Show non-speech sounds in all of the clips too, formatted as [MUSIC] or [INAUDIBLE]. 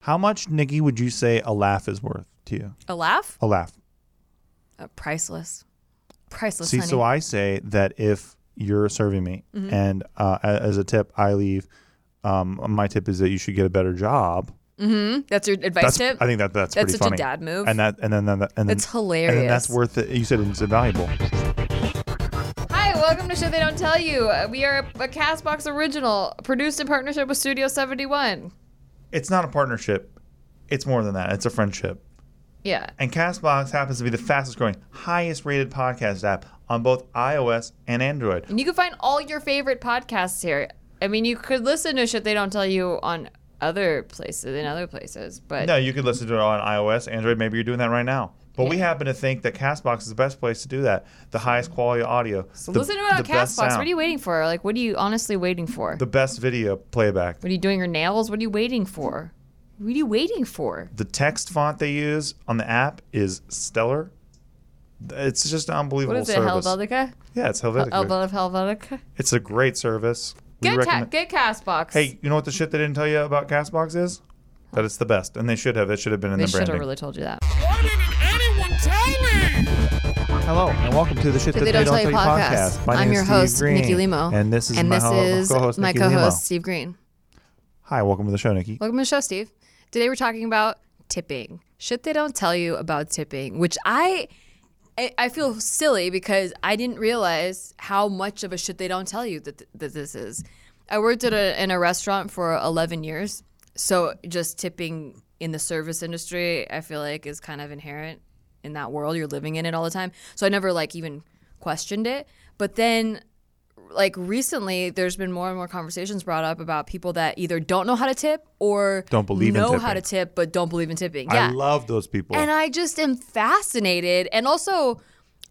How much, Nikki, would you say a laugh is worth to you? A laugh? A laugh. Uh, priceless. Priceless, See, honey. so I say that if you're serving me Mm-hmm. and uh, a- as a tip, I leave. Um, my tip is that you should get a better job. that's your advice That's- tip? I think that that's, That's pretty such a funny. dad move. And that and then and then and then, That's And then that's hilarious. worth it. You said it's valuable. Hi, welcome to Show They Don't Tell You. Uh, We are a, a Castbox original, produced in partnership with Studio 71. It's not a partnership. It's more than that. It's a friendship. Yeah. And Castbox happens to be the fastest growing, highest rated podcast app on both iOS and Android. And you can find all your favorite podcasts here. I mean, you could listen to Shit They Don't Tell You on other places, in other places, but No, you could listen to it on iOS, Android. Maybe you're doing that right now. But we happen to think that Castbox is the best place to do that. The highest quality audio. So the, listen to it on the best Castbox. What sound, are you waiting for? Like, what are you honestly waiting for? The best video playback. what are you doing your nails? What are you waiting for? What are you waiting for? The text font they use on the app is stellar. It's just an unbelievable What is it, service. Helvetica? Yeah, it's Helvetica. Elbow of Helvetica? It's a great service. We Get, ta- recommend- get Castbox. hey, you know what the shit they didn't tell you about Castbox is? That it's the best, and they should have. That should have been in they the should branding. have really told you that. Hello and welcome to the shit that They Don't Tell You podcast. My I'm name your is Steve host, Green, Nikki Limo. and this is and my, this ho- is co-host, my Nikki co-host, Limo. Steve Green. Hi, welcome to the show, Nikki. Welcome to the show, Steve. Today we're talking about tipping. Shit they don't tell you about tipping, which I I, I feel silly because I didn't realize how much of a shit they don't tell you that, th- that this is. I worked at a, in a restaurant for 11 years, so just tipping in the service industry, I feel like is kind of inherent in that world. You're living in it all the time, so I never like even questioned it. But then like recently there's been more and more conversations brought up about people that either don't know how to tip or Don't believe in know how to tipping. tip but don't believe in tipping. Yeah. I love those people. and I just am fascinated and also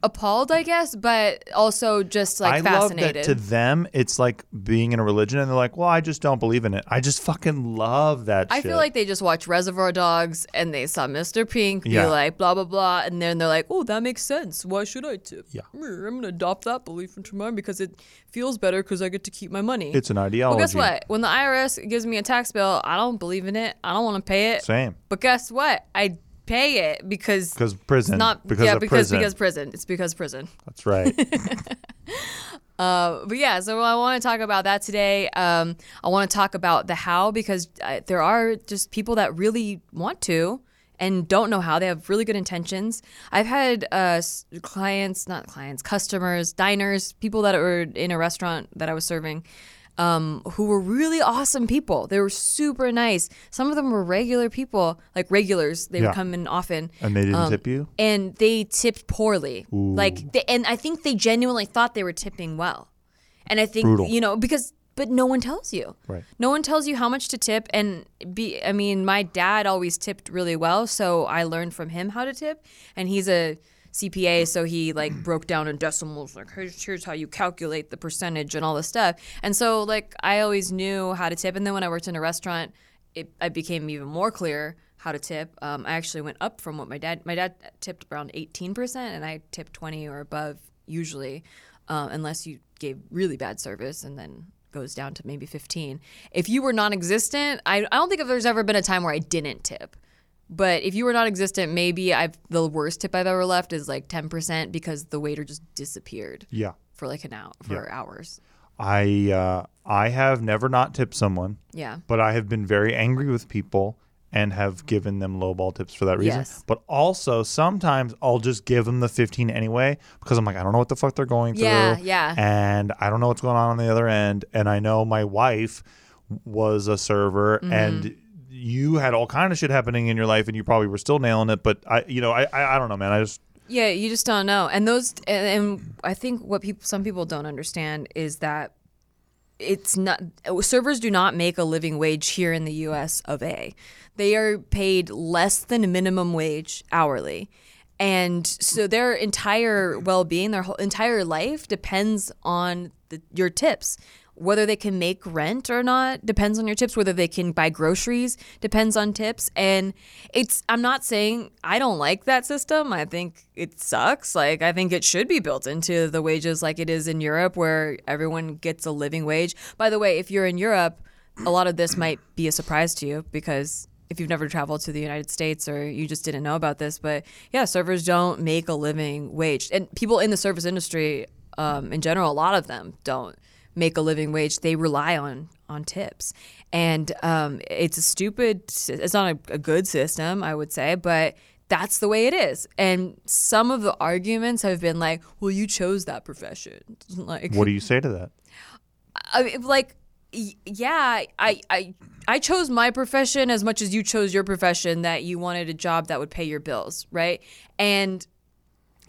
appalled, I guess, but also just like I love fascinated. that to them it's like being in a religion, and they're like, "Well, I just don't believe in it." I just fucking love that. I shit. feel like they just watched Reservoir Dogs and they saw Mr. Pink be Yeah. like blah blah blah, and then they're like, "Oh, that makes sense. Why should I tip? Yeah. Mm, I'm gonna adopt that belief into mine because it feels better because I get to keep my money." it's an ideology. well, guess what? When the IRS gives me a tax bill, I don't believe in it. I don't want to pay it. Same But guess what? I pay it because because prison. not because yeah of because prison. because prison. It's because prison. That's [LAUGHS] right. But yeah, so I want to talk about that today. Um, I want to talk about the how because uh, there are just people that really want to and don't know how. They have really good intentions. I've had uh, s- clients, not clients, customers, diners, people that were in a restaurant that I was serving. Um, who were really awesome people. They were super nice. Some of them were regular people, like regulars. They Yeah. would come in often Um, and they didn't tip you. and they tipped poorly. Like, they, and I think they genuinely thought they were tipping well. And I think Brutal. you know because but no one tells you. Right. No one tells you how much to tip and be. I mean, my dad always tipped really well, so I learned from him how to tip, and he's a CPA, so he [CLEARS THROAT] like broke down in decimals, like here's, here's how you calculate the percentage and all this stuff. And so like I always knew how to tip, and then when I worked in a restaurant, it I became even more clear how to tip. Um, I actually went up from what my dad my dad tipped around eighteen percent, and I tipped twenty or above usually, um, unless you gave really bad service and then goes down to maybe 15. If you were non existent, I, I don't think if there's ever been a time where I didn't tip. But if you were non existent, maybe I've the worst tip I've ever left is like 10% because the waiter just disappeared Yeah. for like an hour, for hours. I uh, I have never not tipped someone. Yeah. but I have been very angry with people and have given them lowball tips for that reason. Yes. But also sometimes I'll just give them the 15 anyway because I'm like, I don't know what the fuck they're going through. Yeah, yeah. And I don't know what's going on on the other end. And I know my wife was a server Mm-hmm. and you had all kind of shit happening in your life and you probably were still nailing it. But I, you know, I, I, I don't know, man. I just, Yeah, you just don't know. And those, and, and I think what people, some people don't understand is that it's not servers do not make a living wage here in the U.S. of A. They are paid less than minimum wage hourly, and so their entire well-being, their whole entire life depends on the, your tips. Whether they can make rent or not depends on your tips. Whether they can buy groceries depends on tips. And it's I'm not saying I don't like that system. I think it sucks. Like I think it should be built into the wages like it is in Europe where everyone gets a living wage. By the way, if you're in Europe, a lot of this might be a surprise to you because if you've never traveled to the United States or you just didn't know about this, but yeah, servers don't make a living wage, and people in the service industry um, in general, a lot of them don't make a living wage. They rely on on tips, and um, it's a stupid. s- It's not a, a good system, I would say, but that's the way it is. And some of the arguments have been like, "Well, you chose that profession." [LAUGHS] Like, What do you say to that? I mean, like, y- yeah, I, I, I chose my profession as much as you chose your profession. That you wanted a job that would pay your bills, right? And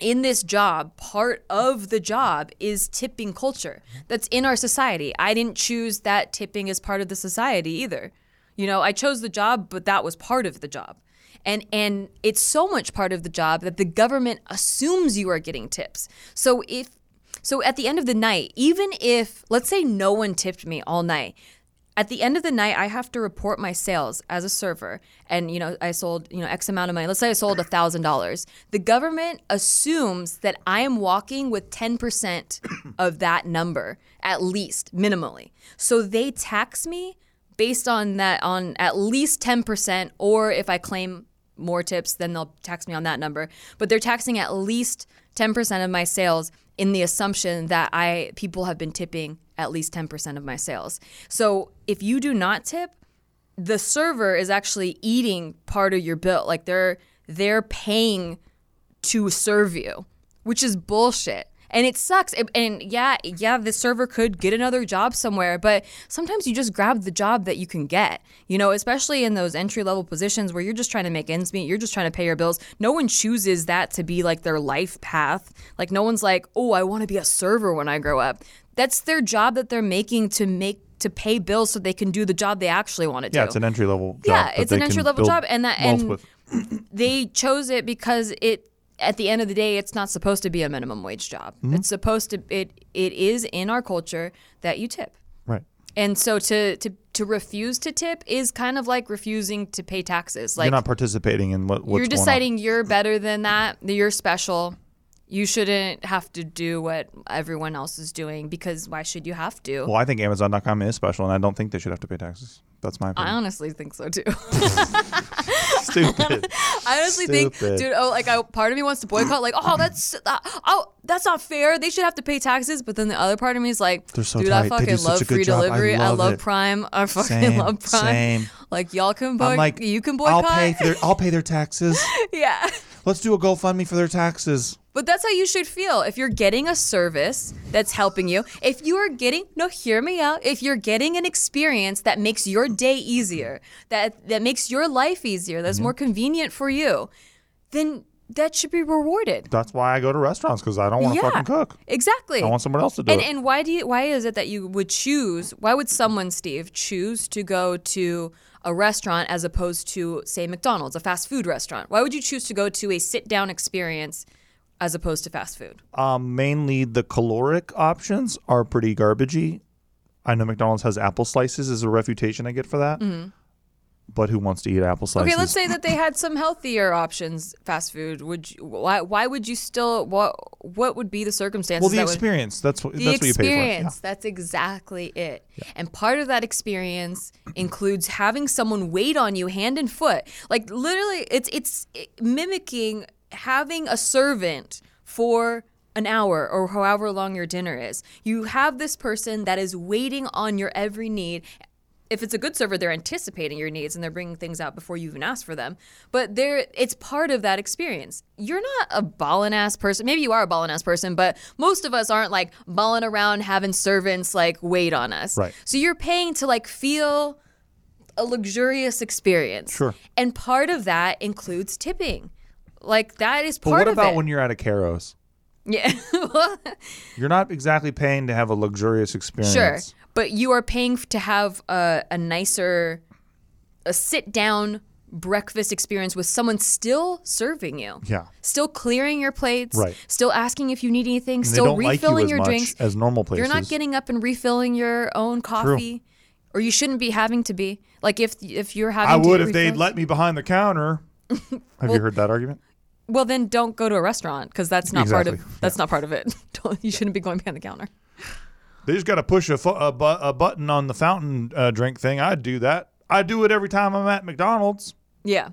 in this job, part of the job is tipping culture that's in our society. I didn't choose that tipping as part of the society either. You know, I chose the job, but that was part of the job. And and it's so much part of the job that the government assumes you are getting tips. So if so at the end of the night, even if let's say no one tipped me all night, at the end of the night i have to report my sales as a server and you know i sold you know x amount of money let's say i sold $1000 the government assumes that i am walking with 10% of that number at least minimally so they tax me based on that on at least 10% or if i claim more tips then they'll tax me on that number but they're taxing at least 10% of my sales in the assumption that i people have been tipping at least 10% of my sales so if you do not tip the server is actually eating part of your bill like they're they're paying to serve you, which is bullshit. And it sucks. And- And yeah, yeah, the server could get another job somewhere, but sometimes you just grab the job that you can get, you know, especially in those entry level positions where you're just trying to make ends meet, you're just trying to pay your bills. No one chooses that to be like their life path. Like, no one's like, oh, I want to be a server when I grow up. That's their job that they're making to make to pay bills so they can do the job they actually want to do Yeah, it's an entry level job. Yeah, that it's an they can entry level build job, and that- wealth and- with. they chose it because it at the end of the day it's not supposed to be a minimum wage job Mm-hmm. it's supposed to it it is in our culture that you tip right. and so to to to refuse to tip is kind of like refusing to pay taxes like you're not participating in what what's you're deciding you're better than that that you're special you shouldn't have to do what everyone else is doing because why should you have to Going on. Well, I think Amazon.com is special, and I don't think they should have to pay taxes. That's my i opinion. honestly think so too [LAUGHS] Stupid. I honestly Stupid. think, dude, oh, like, I, part of me wants to boycott, like, oh, that's, uh, oh, that's not fair. They should have to pay taxes. But then the other part of me is like, They're so dude, tight. They I do fucking such love a good free job. I delivery. I love love it. Prime. I fucking Same, [LAUGHS] love Prime. same. Like, y'all can I'm boycott. like, you can boycott. I'll pay. For their, I'll pay their taxes. [LAUGHS] yeah. Let's do a GoFundMe for their taxes. But that's how you should feel. If you're getting a service that's helping you, if you are getting no, hear me out. If you're getting an experience that makes your day easier, that that makes your life easier, Mm-hmm. that's more convenient for you, then that should be rewarded. That's why I go to restaurants because I don't want to fucking cook. Exactly. I want someone else to do and, it. and why do you why is it that you would choose why would someone steve choose to go to a restaurant as opposed to say mcdonald's a fast food restaurant why would you choose to go to a sit down experience as opposed to fast food um, mainly the caloric options are pretty garbagey. I know McDonald's has apple slices is a refutation I get for that. But who wants to eat apple slices? Mm-hmm. okay let's say that they had some healthier options fast food would you why why would you still what what would be the circumstances well, the that would experience. That's what. the that's experience. what That's exactly it. And part of that experience includes having someone wait on you hand and foot. Like literally, it's it's mimicking having a servant for an hour or however long your dinner is. You have this person that is waiting on your every need. If it's a good server, they're anticipating your needs and they're bringing things out before you even ask for them. But they're, it's part of that experience. You're not a ballin' ass person. Maybe you are a ballin' ass person, but most of us aren't like balling around having servants like wait on us. Right. So you're paying to like feel a luxurious experience. Sure. And part of that includes tipping. Like that is But part what of about it. when you're at a Caros? yeah. [LAUGHS] Well, You're not exactly paying to have a luxurious experience. sure. But you are paying f- to have a, a nicer, a sit down breakfast experience with someone still serving you. Yeah. Still clearing your plates. Right. Still asking if you need anything. And they still don't like refilling you as your much drinks. as normal places. You're not getting up and refilling your own coffee, or you shouldn't be having to be. Like if if you're having, I to would get if they'd refills- let me behind the [LAUGHS] counter. Have you heard that argument? Well, then don't go to a restaurant because that's not part Exactly. of that's not part of it. [LAUGHS] Don't, you shouldn't be going behind the counter. They just got to push a, fu- a, bu- a button on the fountain uh, drink thing. I'd do that. I do it every time I'm at McDonald's. Yeah.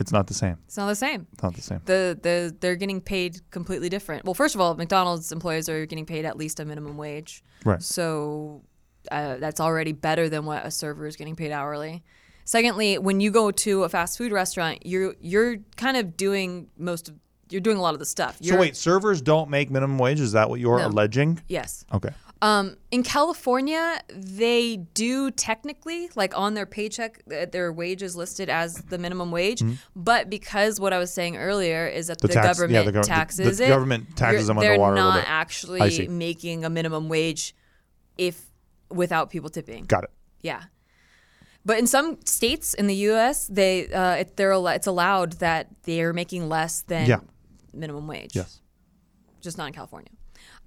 It's not the same. It's not the same. It's not the same. The the they're getting paid completely different. Well, first of all, McDonald's employees are getting paid at least a minimum wage. Right. So uh, that's already better than what a server is getting paid hourly. Secondly, when you go to a fast food restaurant, you're you're kind of doing most of you're doing a lot of the stuff. You're, so wait, servers don't make minimum wage. Is that what you're No. alleging? Yes. Okay. Um, in California, they do technically, like on their paycheck, th- their wage is listed as the minimum wage. But because what I was saying earlier is that the, tax- yeah, government Mm-hmm. the gov- the- taxes the it, government taxes you're- them underwater a They're little not bit. I see. actually making a minimum wage if without people tipping. Got it. Yeah. But in some states in the U.S., they uh, it, they're al- it's allowed that they're making less than Yeah. minimum wage. Yes. Just not in California.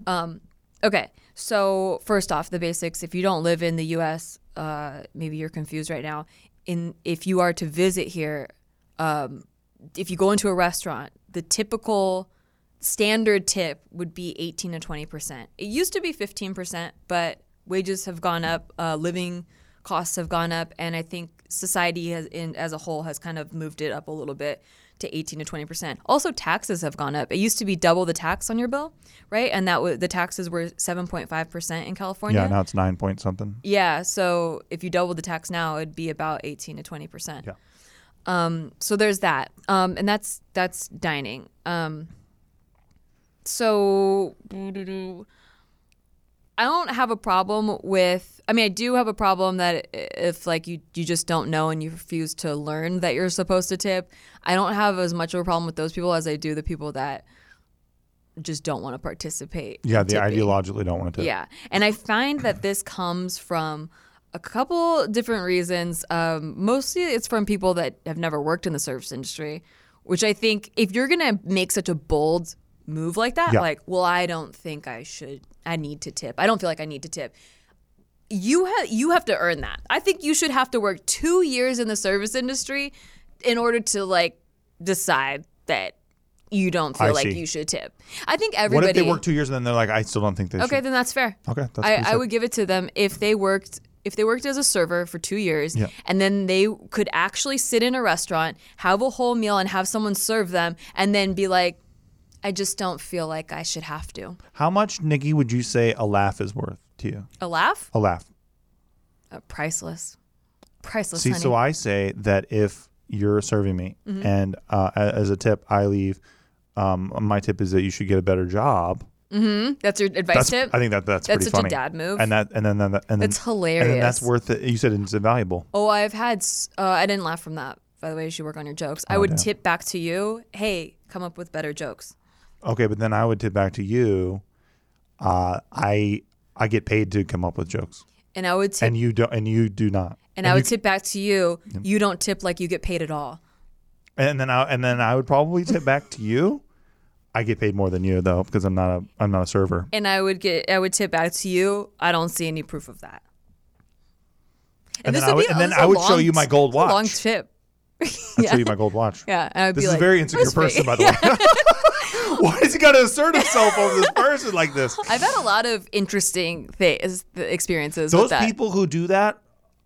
Um, okay. So first off, the basics. If you don't live in the U.S., uh, maybe you're confused right now. In if you are to visit here, um, if you go into a restaurant, the typical standard tip would be 18 to 20 percent. It used to be 15 percent, but wages have gone up, uh, living costs have gone up, and I think society has, in, as a whole, has kind of moved it up a little bit to 18 to 20 percent. Also, taxes have gone up. It used to be double the tax on your bill, right? And that w- the taxes were 7.5 percent in California. Yeah, now it's nine point something. Yeah, so if you double the tax now, it'd be about eighteen to twenty percent. Yeah. Um, so there's that, um, and that's that's dining. Um, so I don't have a problem with. I mean, I do have a problem that if like you you just don't know and you refuse to learn that you're supposed to tip, I don't have as much of a problem with those people as I do the people that just don't want to participate. Yeah, in they tipping. ideologically don't want to. Yeah. And I find that this comes from a couple different reasons. Um, mostly it's from people that have never worked in the service industry, which I think if you're going to make such a bold move like that, Yeah. like, well, I don't think I should, I need to tip. I don't feel like I need to tip. You have you have to earn that. I think you should have to work 2 years in the service industry in order to like decide that you don't feel I like see. you should tip. I think What everybody if they work two years and then they're like, I still don't think they Okay, should. then that's fair. Okay, that's I, pretty I fair. would give it to them if they worked if they worked as a server for two years Yeah. and then they could actually sit in a restaurant, have a whole meal, and have someone serve them, and then be like, "I just don't feel like I should have to." How much, Nikki, would you say a laugh is worth to you? A laugh, A laugh. Uh, priceless, priceless. See, honey. Mm-hmm. so I say that if you're serving me and uh, a- as a tip, I leave. Um, my tip is that you should get a better job. that's your advice That's, tip. I think that that's, That's pretty such a funny. dad move. And that and then that and then, That's And then that's hilarious. worth it. You said it's invaluable. Oh, I've had. s- Uh, I didn't laugh from that. By the way, you should work on your jokes. I would damn. tip back to you. Hey, come up with better jokes. Okay, but then I would tip back to you. Uh, I I get paid to come up with jokes, And I would tip. and you don't, and you do not. and I would tip back to you. You don't tip like you get paid at all. And then I and then I would probably tip back to you. I get paid more than you though because I'm not a I'm not a server. and I would get I would tip back to you. I don't see any proof of that. And then this I would- be- and then this is a I would show you my gold this is a Long watch. tip. I'd show you my gold watch. Yeah, and I'd This be is like, a very insecure "That's pretty-" person, by the way. [LAUGHS] Why does he got to assert himself over this person like this? [LAUGHS] I've had a lot of interesting things, experiences with Those that. people who do that,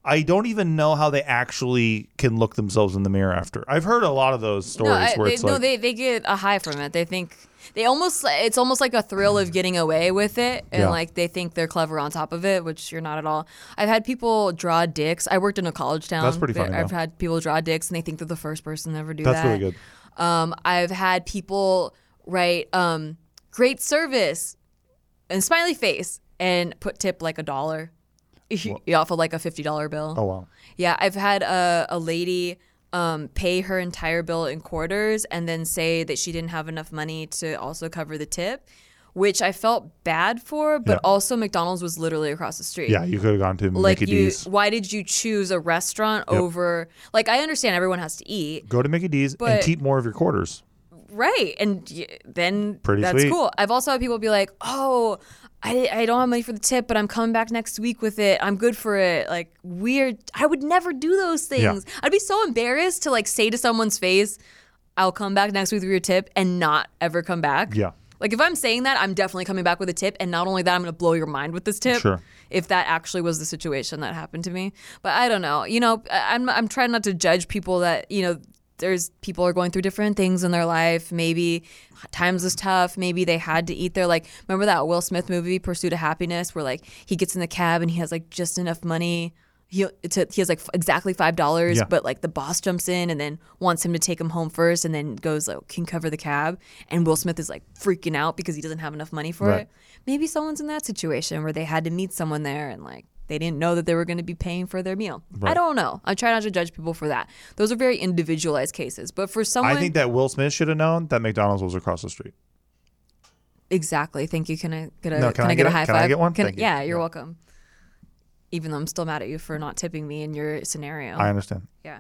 I don't even know how they actually can look themselves in the mirror after. I've heard a lot of those stories no, I- where they, it's no like, they, they get a high from it. They think they almost it's almost like a thrill of getting away with it, and Yeah. like they think they're clever on top of it, which you're not at all. I've had people draw dicks. I worked in a college town. That's pretty They- funny, I've though. had people draw dicks, and they think they're the first person to ever do That's that. really good. Um, I've had people write um, great service and smiley face and put tip like a dollar [LAUGHS] off of like a fifty dollar bill. oh wow. Yeah, I've had a, a lady um, pay her entire bill in quarters and then say that she didn't have enough money to also cover the tip, which I felt bad for, but Yeah. also McDonald's was literally across the street. Yeah, you could have gone to Like Mickey you, D's. why did you choose a restaurant over? Like I understand everyone has to eat, Go to Mickey D's and But- keep more of your quarters. right? And y- then Pretty that's sweet. cool. I've also had people be like, "Oh, I, I don't have money for the tip, but I'm coming back next week with it. I'm good for it." Like weird. I would never do those things. I'd be so embarrassed to like say to someone's face, "I'll come back next week with your tip," and not ever come back. Yeah. Like if I'm saying that, I'm definitely coming back with a tip, and not only that, I'm gonna blow your mind with this tip. Sure. If that actually was the situation that happened to me, but I don't know. You know, I- I'm I'm trying not to judge people that you know. There's people are going through different things in their life. Maybe times was tough. Maybe they had to eat their like. Remember that Will Smith movie, Pursuit of Happiness, where like he gets in the cab and he has like just enough money he to, he has like f- exactly five dollars, Yeah. but like the boss jumps in and then wants him to take him home first, and then goes like can cover the cab, and Will Smith is like freaking out because he doesn't have enough money for Right. it. Maybe someone's in that situation where they had to meet someone there and like they didn't know that they were going to be paying for their meal. I don't know. I try not to judge people for that. Those are very individualized cases, but for someone I think that Will Smith should have known that McDonald's was across the street. exactly. Thank you. Can I get a No, can, I, get, a high can I five? get one? Thank you. yeah, you're Yeah. welcome. Even though I'm still mad at you for not tipping me in your scenario. I understand. Yeah.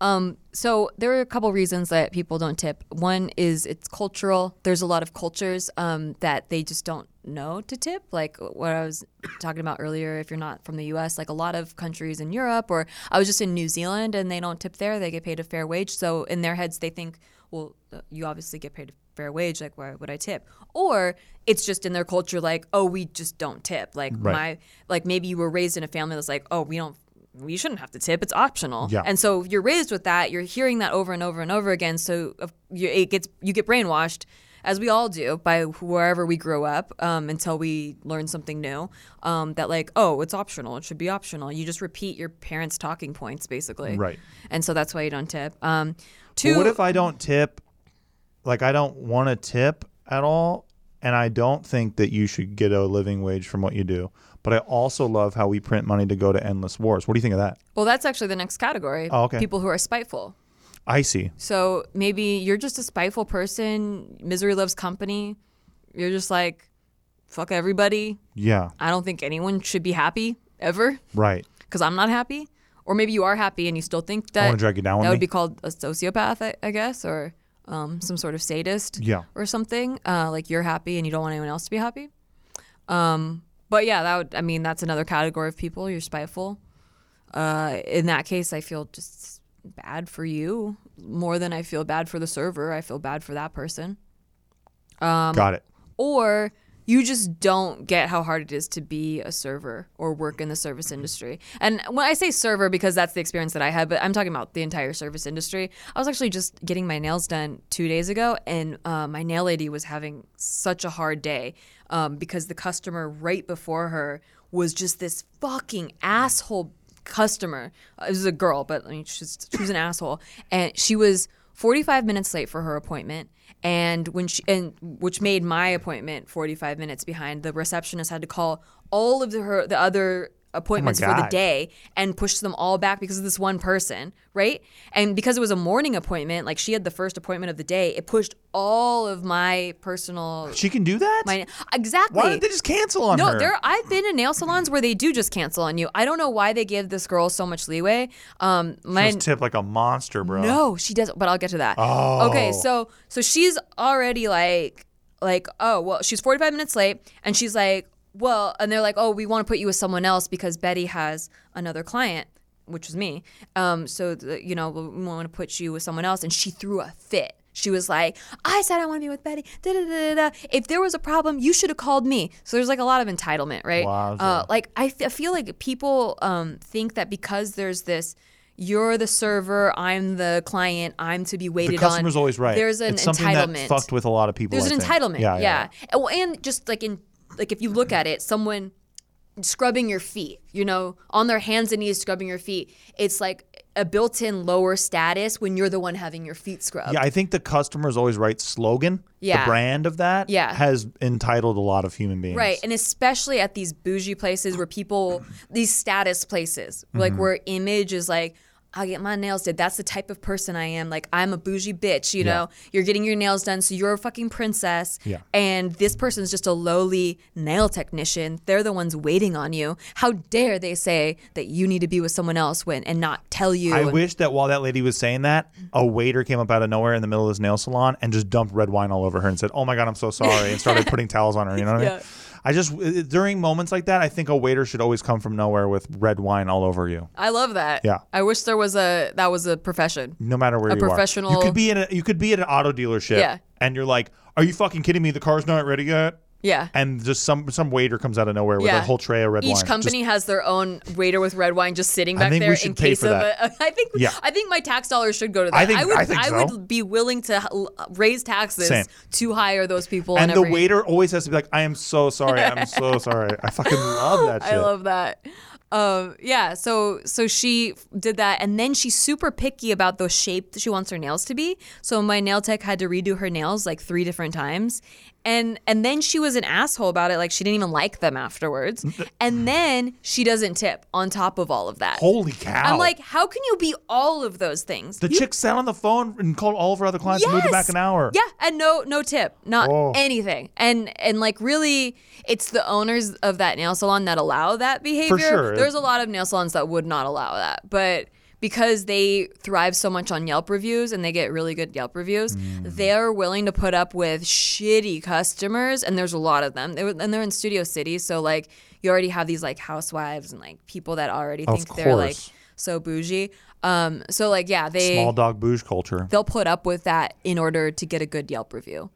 Um, so there are a couple reasons that people don't tip. One is it's cultural. There's a lot of cultures um, that they just don't know to tip. Like what I was talking about earlier, if you're not from the U.S., like a lot of countries in Europe, or I was just in New Zealand and they don't tip there. They get paid a fair wage. So in their heads, they think, well, you obviously get paid a fair wage. Like why would I tip? Or it's just in their culture, like oh, we just don't tip. Like Right. my like maybe you were raised in a family that's like oh, we don't. We shouldn't have to tip. It's optional. Yeah. And so you're raised with that. You're hearing that over and over and over again. So of- you, it gets you get brainwashed, as we all do, by wherever we grew up um, until we learn something new. Um, that like, oh, it's optional. It should be optional. You just repeat your parents' talking points, basically. Right. And so that's why you don't tip. Um, two. But what if I don't tip? Like I don't want to tip at all, and I don't think that you should get a living wage from what you do. But I also love how we print money to go to endless wars. What do you think of that? well, that's actually the next category. Oh, okay. People who are spiteful. I see. So maybe you're just a spiteful person. Misery loves company. You're just like, fuck everybody. Yeah. I don't think anyone should be happy ever Right. because I'm not happy. Or maybe you are happy and you still think that wanna drag you down with That me. would be called a sociopath, I, I guess, or um, some sort of sadist Yeah. or something. Uh, like you're happy and you don't want anyone else to be happy. Um, but yeah, that would, I mean, that's another category of people. You're spiteful. Uh, in that case, I feel just bad for you more than I feel bad for the server. I feel bad for that person Um, Got it. or you just don't get how hard it is to be a server or work in the service industry. And when I say server, because that's the experience that I had, but I'm talking about the entire service industry. I was actually just getting my nails done two days ago, and uh, my nail lady was having such a hard day um, because the customer right before her was just this fucking asshole customer. Uh, it was a girl, but I mean, she's she was an asshole, and she was 45 minutes late for her appointment. And when she and which made my appointment 45 minutes behind. The receptionist had to call all of the, her the other appointments for the God. day and push them all back because of this one person, right? And because it was a morning appointment, like she had the first appointment of the day, it pushed all of my personal She can do that. my exactly. Why did they just cancel on No, her? there. I've been in nail salons where they do just cancel on you. I don't know why they give this girl so much leeway. Um, my Just tip like a monster, bro. no, she doesn't. But I'll get to that. Oh. Okay, so so she's already like like oh well she's 45 minutes late and she's like well and they're like oh we want to put you with someone else because Betty has another client which was me um so the, you know we want to put you with someone else and she threw a fit. She was like, I said I want to be with Betty. Da, da, da, da, da. If there was a problem, you should have called me. So there's like a lot of entitlement, right? Wowza. Uh, like I, f- I feel like people um, think that because there's this you're the server i'm the client i'm to be waited The customer's on always right. there's an it's something entitlement that fucked with a lot of people. there's I an think. entitlement yeah, And, well, and just like in like if you look at it someone scrubbing your feet you know on their hands and knees scrubbing your feet it's like a built-in lower status when you're the one having your feet scrubbed Yeah, I think the customer's always right slogan, Yeah. the brand of that, Yeah. has entitled a lot of human beings. Right, and especially at these bougie places where people, these status places, like Mm-hmm. where image is like, I'll get my nails did. That's the type of person I am. Like I'm a bougie bitch, you know. You're getting your nails done, so you're a fucking princess. Yeah. And this person's just a lowly nail technician. They're the ones waiting on you. How dare they say that you need to be with someone else when and not tell you? I and- wish that while that lady was saying that, a waiter came up out of nowhere in the middle of this nail salon and just dumped red wine all over her and said, "Oh my god, I'm so sorry," and started [LAUGHS] putting towels on her. You know what I Yeah. mean? I just uh, during moments like that, I think a waiter should always come from nowhere with red wine all over you, I love that. Yeah. Mm. I wish there was a that was a profession. no matter where you are. professional- You could be in a, you could be at an auto dealership Yeah. and you're like, "Are you fucking kidding me? The car's not ready yet." Yeah. And just some some waiter comes out of nowhere with Yeah. a whole tray of red wine. Each Just- company has their own waiter with red wine just sitting I back think we there in should pay case for of that. a. [LAUGHS] I think Yeah. I think my tax dollars should go to that. I think- would I think so. would be willing to l- raise taxes Same. to hire those people. and on the every- waiter always has to be like, "I am so sorry. I'm [LAUGHS] so sorry. I fucking love that shit." I love that. Um, yeah, so so she f- did that, and then she's super picky about the shape that she wants her nails to be. So my nail tech had to redo her nails like three different times, and and then she was an asshole about it. Like she didn't even like them afterwards, and then she doesn't tip on top of all of that. Holy cow! I'm like, how can you be all of those things? the chick sat on the phone and called all of her other clients and moved it back an hour. Yeah, and no no tip, not Oh. anything. And and like really it's the owners of that nail salon that allow that behavior. sure. There's a lot of nail salons that would not allow that. But because they thrive so much on Yelp reviews and they get really good Yelp reviews, Mm. they're willing to put up with shitty customers and there's a lot of them. They, were- and they're in Studio City, so like you already have these like housewives and like people that already think they're like course. so bougie. Um so like yeah, they Small dog bouge culture. they'll put up with that in order to get a good Yelp review.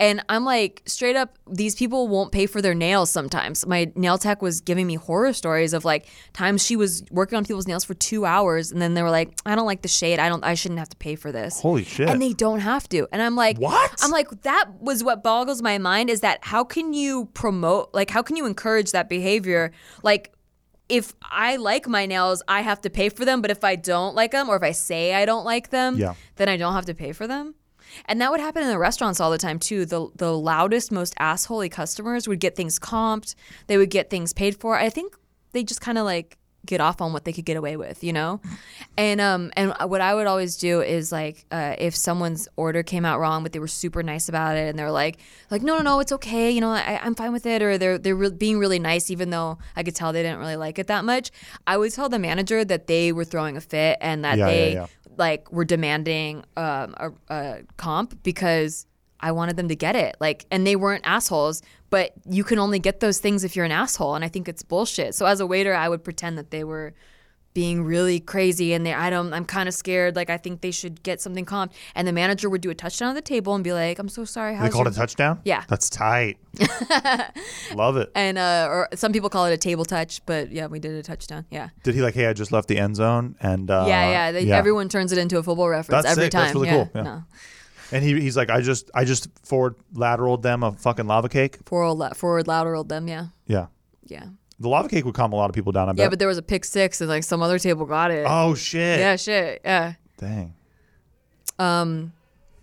And I'm like, straight up, these people won't pay for their nails sometimes. My nail tech was giving me horror stories of like times she was working on people's nails for two hours and then they were like, I don't like the shade. I don't I shouldn't have to pay for this. Holy shit. And they don't have to. And I'm like, What? I'm like, that was what boggles my mind is that how can you promote, like, how can you encourage that behavior? Like, if I like my nails, I have to pay for them. But if I don't like them, or if I say I don't like them, Yeah. then I don't have to pay for them. And that would happen in the restaurants all the time too. The the loudest, most assholey customers would get things comped. They would get things paid for. I think they just kind of like get off on what they could get away with, you know. And um and what I would always do is like uh, if someone's order came out wrong, but they were super nice about it, and they're like like no no no it's okay, you know I, I'm fine with it, or they're they're re- being really nice even though I could tell they didn't really like it that much. I would tell the manager that they were throwing a fit and that Yeah, yeah, they yeah. like were demanding um, a, a comp because I wanted them to get it. Like, and they weren't assholes, but you can only get those things if you're an asshole, and I think it's bullshit. So as a waiter, I would pretend that they were being really crazy and they I don't I'm kind of scared like I think they should get something comped and the manager would do a touchdown on the table and be like I'm so sorry how's They called your-" it a touchdown? Yeah. That's tight. Love it. [LAUGHS] and uh or some people call it a table touch but yeah we did a touchdown yeah Did he like, hey, I just left the end zone? And uh, yeah yeah, they, everyone turns it into a football reference That's every sick. time That's really yeah, cool. Yeah. no. And he, he's like, I just I just forward lateraled them a fucking lava cake. forward la- forward lateraled them yeah Yeah. yeah The lava cake would calm a lot of people down, I bet. Yeah, but there was a pick six and like some other table got it. oh, shit. yeah, shit. Yeah. Dang.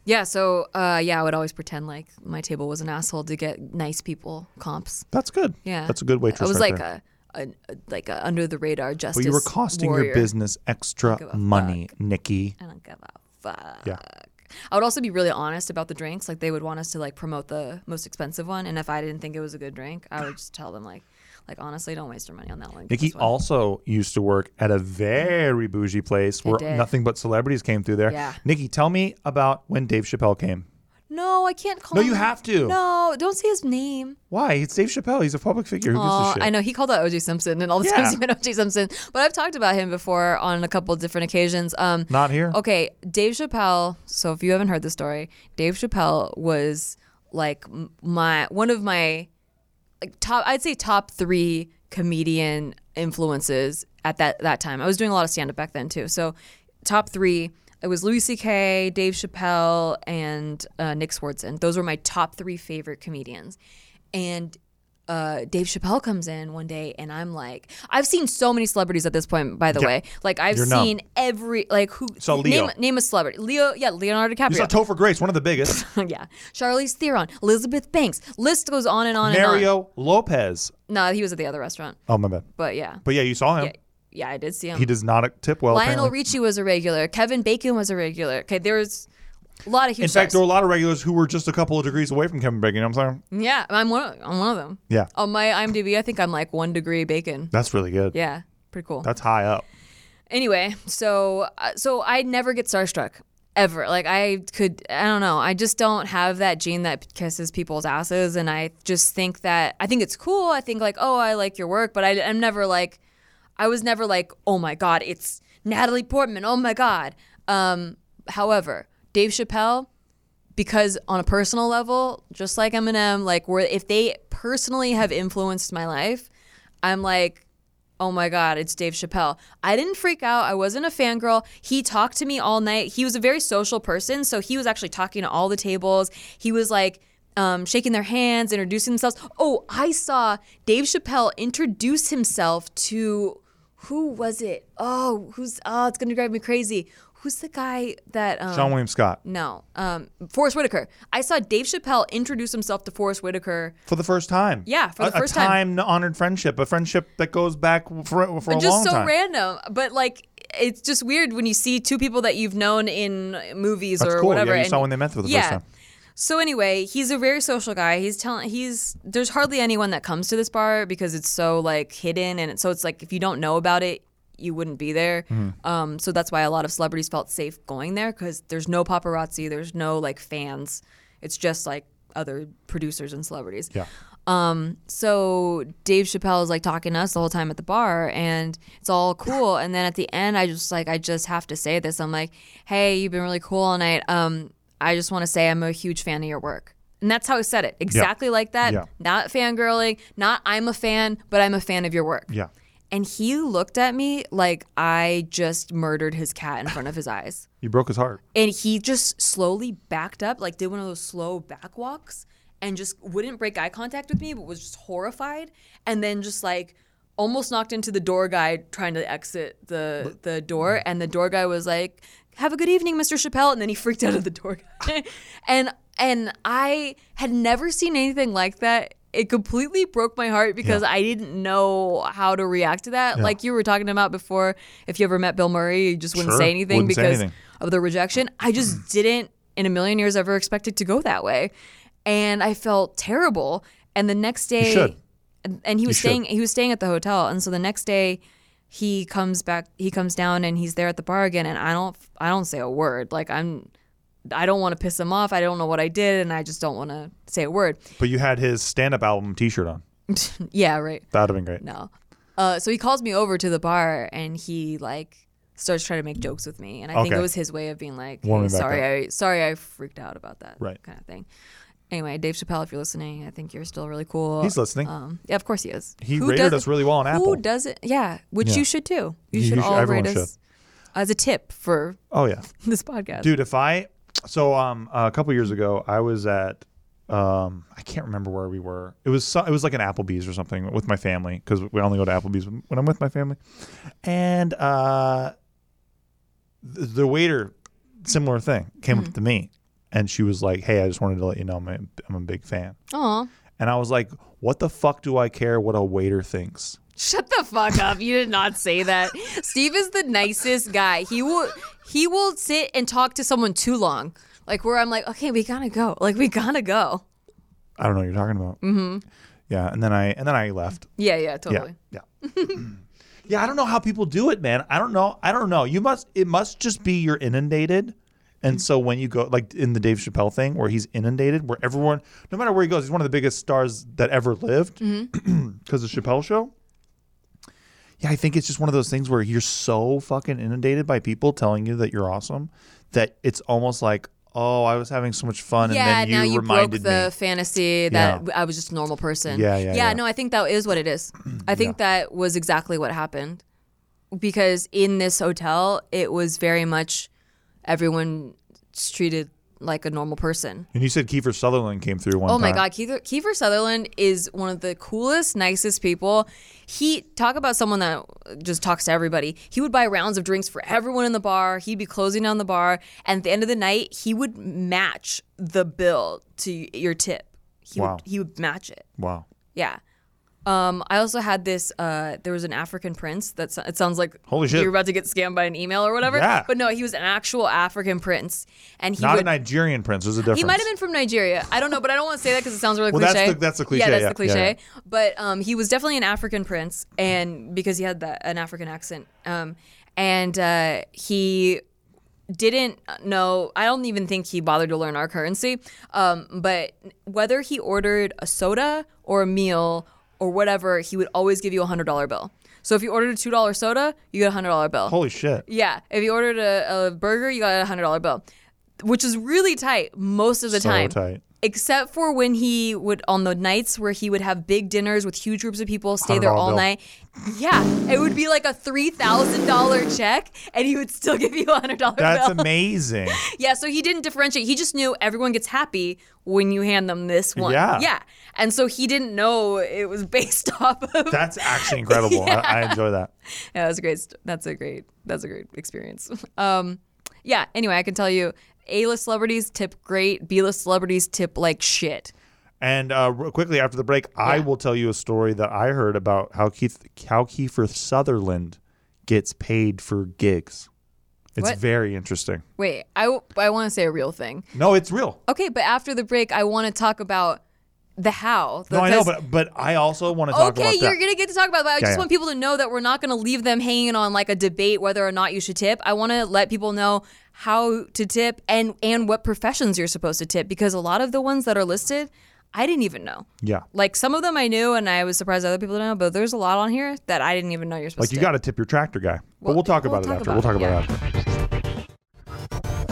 Yeah, so uh, yeah, I would always pretend like my table was an asshole to get nice people comps. That's good. Yeah. That's a good waitress. I was right like there. a, a, a- like a under the radar justice. But you were costing your warrior. business extra give a money, Nikki. I don't give a fuck. Yeah. I would also be really honest about the drinks. Like they would want us to like promote the most expensive one, and if I didn't think it was a good drink, I would just tell them like, like honestly, don't waste your money on that one. Get Nikki this one. also used to work at a very bougie place where did. nothing but celebrities came through there. Yeah. Nikki, tell me about when Dave Chappelle came. no, I can't call. No, you him- have to. No, don't say his name. Why? It's Dave Chappelle. He's a public figure. Who gives Aw, a shit? Oh, I know he called out OJ Simpson and all the Yeah. times he met OJ Simpson, but I've talked about him before on a couple different occasions. Um, Not here. okay, Dave Chappelle. So if you haven't heard the story, Dave Chappelle was like m- my one of my like top I'd say top three comedian influences at that that time. I was doing a lot of stand up back then too. So top three. It was Louis C.K., Dave Chappelle, and uh, Nick Swartzen. Those were my top three favorite comedians. And uh, Dave Chappelle comes in one day, and I'm like, I've seen so many celebrities at this point, by the way. Like I've You're numb. seen every like who. So Leo. name, name a celebrity. Leo, yeah, Leonardo You saw DiCaprio. Topher Grace, one of the [LAUGHS] biggest. yeah, Charlize Theron, Elizabeth Banks. List goes on and on and on. Mario Lopez. No, he was at the other restaurant, Oh my bad. but yeah, But yeah, you saw him. yeah, yeah, I did see him. He does not tip well. Lionel apparently. Richie was a regular. Kevin Bacon was a regular. Okay, there was a lot of huge. In fact, there stars. were a lot of regulars who were just a couple of degrees away from Kevin Bacon. You know what I'm saying? yeah, I'm one. I'm one of them. Yeah. On my IMDb, I think I'm like one degree Bacon. That's really good. Yeah, pretty cool. That's high up. anyway, so uh, so I never get starstruck ever. Like I could, I don't know. I just don't have that gene that kisses people's asses, and I just think that I think it's cool. I think like, oh, I like your work, but I, I'm never like, I was never like, oh my god, it's Natalie Portman. Oh my god. Um, however, Dave Chappelle because on a personal level, just like Eminem, like where if they personally have influenced my life, I'm like, oh my god, it's Dave Chappelle. I didn't freak out. I wasn't a fangirl. He talked to me all night. He was a very social person, so he was actually talking to all the tables. He was like. Um, shaking their hands, introducing themselves. Oh, I saw Dave Chappelle introduce himself to who was it? Oh, who's oh, it's gonna drive me crazy. Who's the guy that um, Sean William Scott no, um, Forrest Whitaker. I saw Dave Chappelle introduce himself to Forrest Whitaker. for the first time. Yeah, for the a, first a time. time honored friendship, a friendship that goes back for, for a long Just so time. random, but like it's just weird when you see two people that you've known in movies That's or cool. whatever. yeah, you and- saw when they met for the yeah. first time. So anyway, he's a very social guy. He's telling he's there's hardly anyone that comes to this bar because it's so like hidden and it, so it's like if you don't know about it, you wouldn't be there. Mm-hmm. Um, so that's why a lot of celebrities felt safe going there because there's no paparazzi, there's no like fans. It's just like other producers and celebrities. Yeah. Um, so Dave Chappelle is like talking to us the whole time at the bar, and it's all cool. And then at the end, I just like I just have to say this. I'm like, hey, you've been really cool all night. Um, I just want to say I'm a huge fan of your work, and that's how he said it, exactly like that. Yeah. Not fangirling, not I'm a fan, but I'm a fan of your work. Yeah. And he looked at me like I just murdered his cat in front of his eyes You broke his heart. and he just slowly backed up, like did one of those slow back walks, and just wouldn't break eye contact with me, but was just horrified, and then just like almost knocked into the door guy trying to exit the the door, and the door guy was like, "Have a good evening, Mr. Chappelle," and then he freaked out of the door guy, [LAUGHS] and and I had never seen anything like that. It completely broke my heart because I didn't know how to react to that. Like you were talking about before, if you ever met Bill Murray, you just wouldn't Sure. say anything Wouldn't say because anything. of the rejection. I just Mm. didn't in a million years ever expect it to go that way. And I felt terrible. And the next day should. and- and he was should. staying he was staying at the hotel. And so the next day he comes back he comes down and he's there at the bar again and I don't I don't say a word. Like I'm I don't want to piss him off. I don't know what I did and I just don't want to say a word. [LAUGHS] But you had his stand up album t shirt on. yeah, right. That would have been great. No. Uh, so he calls me over to the bar and he like starts trying to make jokes with me, and I think Okay. it was his way of being like, Warming hey, back "Sorry, I sorry I freaked out about that Right. kind of thing." Anyway, Dave Chappelle, if you're listening, I think you're still really cool. He's listening. Um, yeah, of course he is. He rated us doesn't- really well on Apple. Who does it? Yeah, which Yeah. you should do. You You should should- all everyone rate us as a tip for [LAUGHS] Oh, yeah. this podcast. dude if i so um a couple years ago i was at um i can't remember where we were it was so, it was like an applebee's or something with my family because we only go to applebee's when i'm with my family and uh the, the waiter similar thing came Mm-hmm. up to me and she was like hey i just wanted to let you know i'm a, I'm a big fan Aw, and i was like what the fuck do i care what a waiter thinks shut the fuck up! You did not say that. Steve is the nicest guy. He will he will sit and talk to someone too long. Like where I'm like, okay, we gotta go. Like we gotta go. i don't know what you're talking about mm-hmm. yeah and then i and then i left Yeah, yeah, totally. Yeah. Yeah. [CLEARS THROAT] yeah, I don't know how people do it, man. I don't know. I don't know. You must it must just be you're inundated. And so when you go like in the Dave Chappelle thing where he's inundated, where everyone no matter where he goes, he's one of the biggest stars that ever lived because Mm-hmm. [CLEARS THROAT] the Chappelle show. Yeah, I think it's just one of those things where you're so fucking inundated by people telling you that you're awesome that it's almost like, "Oh, I was having so much fun and then now you, you broke reminded the me." fantasy that I was just a normal person. Yeah, yeah, yeah. no, I think that is what it is. I think that was exactly what happened. Because in this hotel, it was very much everyone's treated like a normal person. And you said Kiefer Sutherland came through one Oh time. my God, Kiefer, Kiefer Sutherland is one of the coolest, nicest people. He talk about someone that just talks to everybody. He would buy rounds of drinks for everyone in the bar. He'd be closing down the bar, and at the end of the night, he would match the bill to your tip. He Wow. would he would match it. Wow. Yeah. Um, I also had this. Uh, there was an African prince. That so- it sounds like Holy shit. You're about to get scammed by an email or whatever. Yeah. But no, he was an actual African prince, and he Not would, a Nigerian prince. There's a difference. he might have been from Nigeria. I don't know, but I don't want to say that because it sounds really Well, that's cliche. the- that's the cliche, Yeah, that's yeah, the cliche. yeah, But um, he was definitely an African prince, and because he had that an African accent, um, and uh, he didn't know. I don't even think he bothered to learn our currency. Um, but whether he ordered a soda or a meal or whatever, he would always give you a hundred dollar bill. So if you ordered a two dollar soda, you get a hundred dollar bill. [LAUGHS] Holy shit. Yeah, if you ordered a, a burger, you got a hundred dollar bill. which is really tight most of the so time tight. except for when he would on the nights where he would have big dinners with huge groups of people, stay $100 there all bill. night. Yeah, it would be like a three thousand dollar check, and he would still [LAUGHS] give you a hundred dollar That's bill. [LAUGHS] amazing. yeah, so he didn't differentiate. He just knew everyone gets happy when you hand them this one. Yeah. and so he didn't know it was based [LAUGHS] off of. That's actually incredible. I, I enjoy that. yeah, that's a great. st- That's a great. That's a great experience. [LAUGHS] Um, yeah. Anyway, I can tell you. A-list celebrities tip great. B-list celebrities tip like shit. And uh, real quickly after the break, I will tell you a story that I heard about how Keith how Kiefer Sutherland gets paid for gigs. It's What? very interesting. Wait, I, w- I want to say a real thing. No, it's real. Okay, but after the break, I want to talk about the how. No, I know, because- but but I also want to talk okay, about you're that. gonna get to talk about. It, but I just yeah. want people to know that we're not gonna leave them hanging on like a debate whether or not you should tip. I want to let people know how to tip and and what professions you're supposed to tip because a lot of the ones that are listed, I didn't even know. yeah, Like some of them I knew, and I was surprised other people didn't know. But there's a lot on here that I didn't even know you're supposed like you to. got to tip your tractor guy. but Well, we'll talk we'll about talk it after. about we'll talk it, about it after.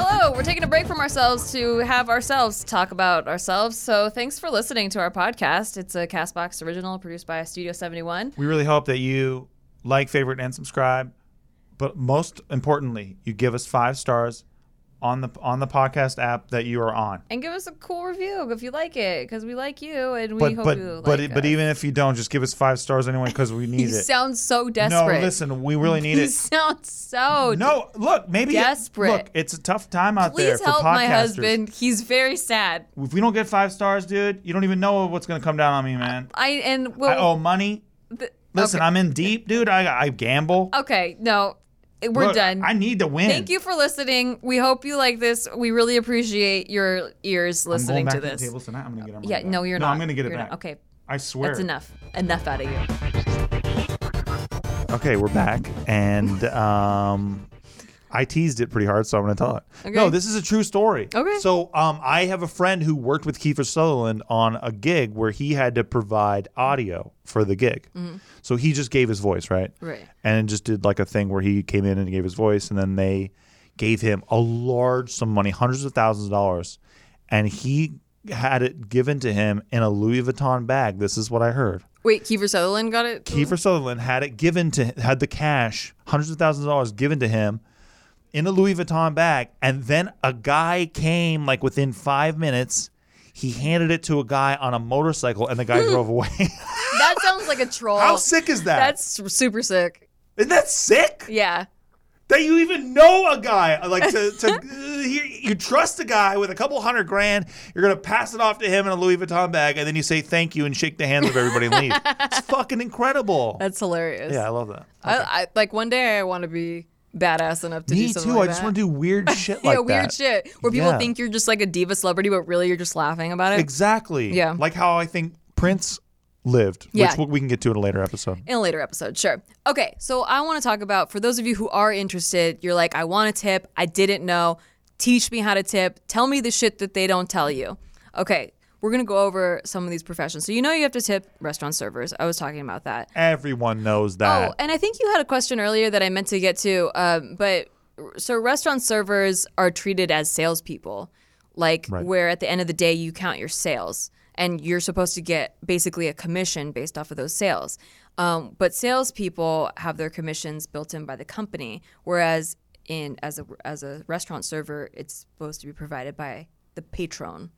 Hello, we're taking a break from ourselves to have ourselves talk about ourselves. So thanks for listening to our podcast. It's a Castbox original produced by Studio 71. We really hope that you like, favorite, and subscribe. But most importantly, you give us five stars on the on the podcast app that you are on. And give us a cool review if you like it, because we like you and we But hope but you like but us. but even if you don't, just give us five stars anyway because we need You it. sound so no, desperate. listen, we really need You it. sound so No, look, maybe Desperate. Look, it's a tough time out there Please for help podcasters. my husband. He's very sad. If we don't get five stars, dude, you don't even know what's gonna come down on me, man. I and I well, owe money. th- Listen, I'm in deep, dude. I I gamble. okay, no, we're Look, done. I need to win. Thank you for listening. We hope you like this. We really appreciate your ears I'm going listening back to to the this. tables tonight. I'm gonna get it yeah, back. no, you're not. No, I'm gonna get it You're back. not. Okay, I swear. that's enough. Enough out of you. Okay, we're back, [LAUGHS] and um, I teased it pretty hard, so I'm going to tell it. Okay. No, this is a true story. Okay. So, um, I have a friend who worked with Kiefer Sutherland on a gig where he had to provide audio for the gig. Mm-hmm. So he just gave his voice, right? Right. And just did like a thing where he came in and gave his voice, and then they gave him a large sum of money, hundreds of thousands of dollars, and he had it given to him in a Louis Vuitton bag. This is what I heard. Wait, Kiefer Sutherland got [LAUGHS] it. Kiefer Sutherland had it given to had the cash, hundreds of thousands of dollars given to him in a Louis Vuitton bag, and then a guy came like within five minutes. He handed it to a guy on a motorcycle, and the guy drove away. [LAUGHS] That sounds like a troll. How sick is that? Oh, That's super sick. Isn't that sick? Yeah. That you even know a guy like to, [LAUGHS] to uh, you, you trust a guy with a couple hundred grand. You're gonna pass it off to him in a Louis Vuitton bag, and then you say thank you and shake the hands of everybody and leave. [LAUGHS] it's fucking incredible. That's hilarious. yeah, I love that. I, I like one day I want to be badass enough to do Me something too. I like just that. want to do [LAUGHS] weird shit like yeah, weird that. shit where people Yeah. think you're just like a diva celebrity, but really you're just laughing about it. Exactly. Yeah. Like how I think Prince lived, Yeah. which we can get to in a later episode. in a later episode, sure. Okay, so I want to talk about for those of you who are interested, you're like, I want to tip, I didn't know, teach me how to tip, tell me the shit that they don't tell you. Okay, we're gonna go over some of these professions. So you know you have to tip restaurant servers. I was talking about that. Everyone knows that. Oh, and I think you had a question earlier that I meant to get to, um, but so restaurant servers are treated as salespeople, like where at the end of the day you count your sales and you're supposed to get basically a commission based off of those sales. Um, but salespeople have their commissions built in by the company, whereas in as a as a restaurant server, it's supposed to be provided by the patron.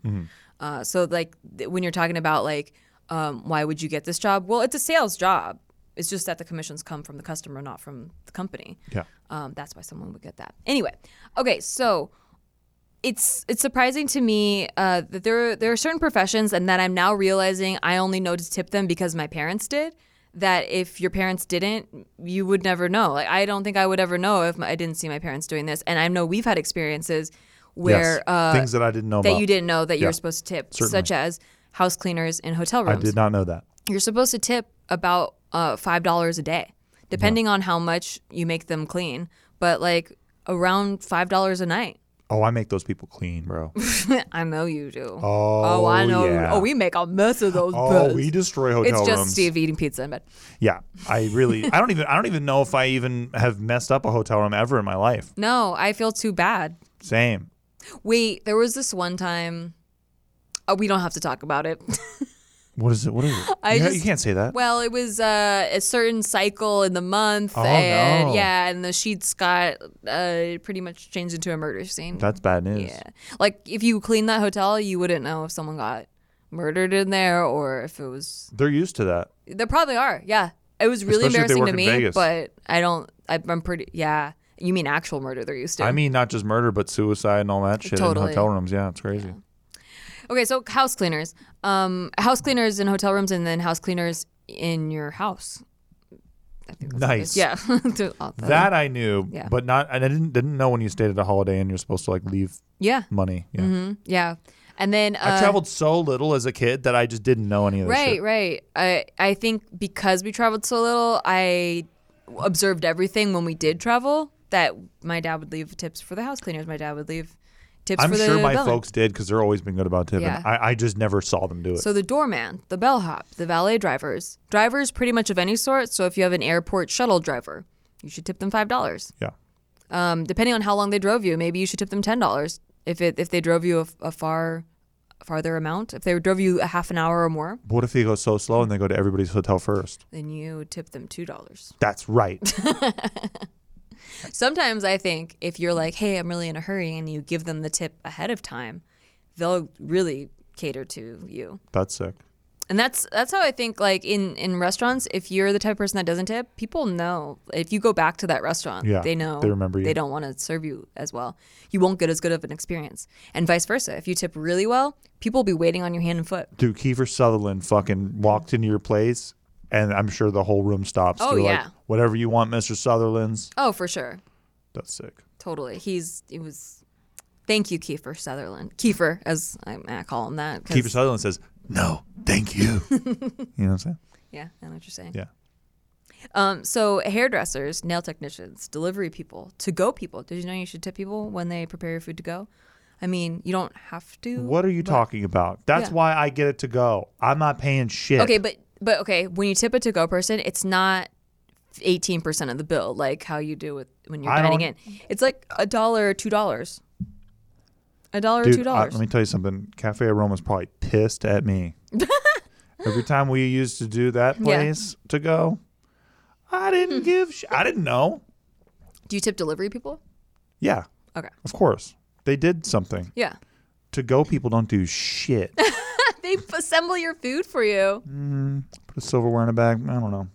Uh, so like th- when you're talking about like um, why would you get this job? Well, it's a sales job. It's just that the commissions come from the customer, not from the company. yeah. Um, that's why someone would get that. Anyway, okay, so it's it's surprising to me uh, that there there are certain professions, and that I'm now realizing I only know to tip them because my parents did. That if your parents didn't, you would never know. Like I don't think I would ever know if my, I didn't see my parents doing this. And I know we've had experiences where yes. uh, Things that I didn't know that about. you didn't know that you Yeah. were supposed to tip, Certainly. such as house cleaners in hotel I rooms did not know that. you're supposed to tip about uh, five dollars a day, depending on how much you make them clean. But like around five dollars a night. [LAUGHS] Oh, I make those people clean, bro. I know you do. Oh, I know. yeah. [LAUGHS] Oh, we make a mess of those. oh, beds. we destroy It's hotel just rooms. Steve eating pizza in bed. Yeah. I really I don't even I don't even know if I even have messed up a hotel room ever in my life. No, I feel too bad. Same. Wait, there was this one time. Oh, we don't have to talk about it. [LAUGHS] What is it? What is it? I you, ha- just- you can't say that. well, it was uh, a certain cycle in the month, Oh, and no. yeah, and the sheets got uh, pretty much changed into a murder scene. That's bad news. yeah, like if you clean that hotel, you wouldn't know if someone got murdered in there or if it was They're used to that. There probably are. Yeah, it was really Especially if they embarrassing work to in me, Vegas. but I don't. I, I'm pretty. Yeah, you mean actual murder? They're used to. I mean, not just murder, but suicide and all that shit in Totally. hotel rooms. Yeah, it's crazy. okay, so house cleaners, um, house cleaners in hotel rooms, and then house cleaners in your house. I think that's what it Nice. is. Yeah. [LAUGHS] To- oh, that- That I knew, Yeah. but not. And I didn't didn't know when you stayed at a Holiday Inn, you're supposed to like leave yeah. money. Yeah. Mhm. Yeah. And then uh, I traveled so little as a kid that I just didn't know any of this Right, shit. right. I I think because we traveled so little, I observed everything when we did travel. That my dad would leave tips for the house cleaners. My dad would leave tips I'm for the sure my bellhop. folks did because they're always been good about tipping. Yeah. I, I just never saw them do it. So the doorman, the bellhop, the valet drivers, drivers pretty much of any sort. So if you have an airport shuttle driver, you should tip them five dollars. yeah. Um, depending on how long they drove you, maybe you should tip them ten dollars if it if they drove you a, a far farther amount. If they drove you a half an hour or more, But what if he goes so slow and they go to everybody's hotel first? then you tip them two dollars. That's right. [LAUGHS] Sometimes I think if you're like, hey, I'm really in a hurry, and you give them the tip ahead of time, they'll really cater to you. That's sick. And that's that's how I think like in in restaurants, if you're the type of person that doesn't tip, people know. If you go back to that restaurant, Yeah, they know they remember you. They don't want to serve you as well. You won't get as good of an experience. And vice versa. If you tip really well, people will be waiting on your hand and foot. Dude, Kiefer Sutherland fucking walked into your place and I'm sure the whole room stops. Oh, They're yeah. Like, Whatever you want, Mr. Sutherland's. Oh, for sure. That's sick. Totally. He's it was Thank you, Kiefer Sutherland. Kiefer, as I, I call him that. 'cause- Kiefer Sutherland says, no, thank [LAUGHS] you. you know what I'm saying? Yeah, I know what you're saying. Yeah. Um, so hairdressers, nail technicians, delivery people, to go people. Did you know you should tip people when they prepare your food to go? I mean, you don't have to. What are you talking about? That's Yeah. why I get it to go. I'm not paying shit. Okay, but but okay, when you tip a to go person, it's not eighteen percent of the bill, like how you do with when you're I dining in. don't- It's like a dollar or two dollars. A dollar or Dude, two I- dollars. let me tell you something. Cafe Aroma's probably pissed at [LAUGHS] me. Every time we used to do that Yeah. place to go, I [LAUGHS] didn't give. Sh- I didn't know. do you tip delivery people? Yeah, Okay. of course they did something. Yeah. [LAUGHS] To go people don't do shit. they assemble your food for you. Mm. Put a silverware in a bag. I don't know.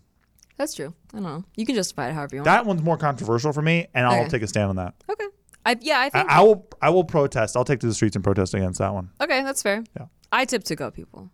That's true. I don't know. You can justify it however you want. That one's more controversial for me, and I'll Okay. take a stand on that. okay. I, yeah, I I, think I will. I will protest. I'll take to the streets and protest against that one. Okay, that's fair. Yeah. I tip to go people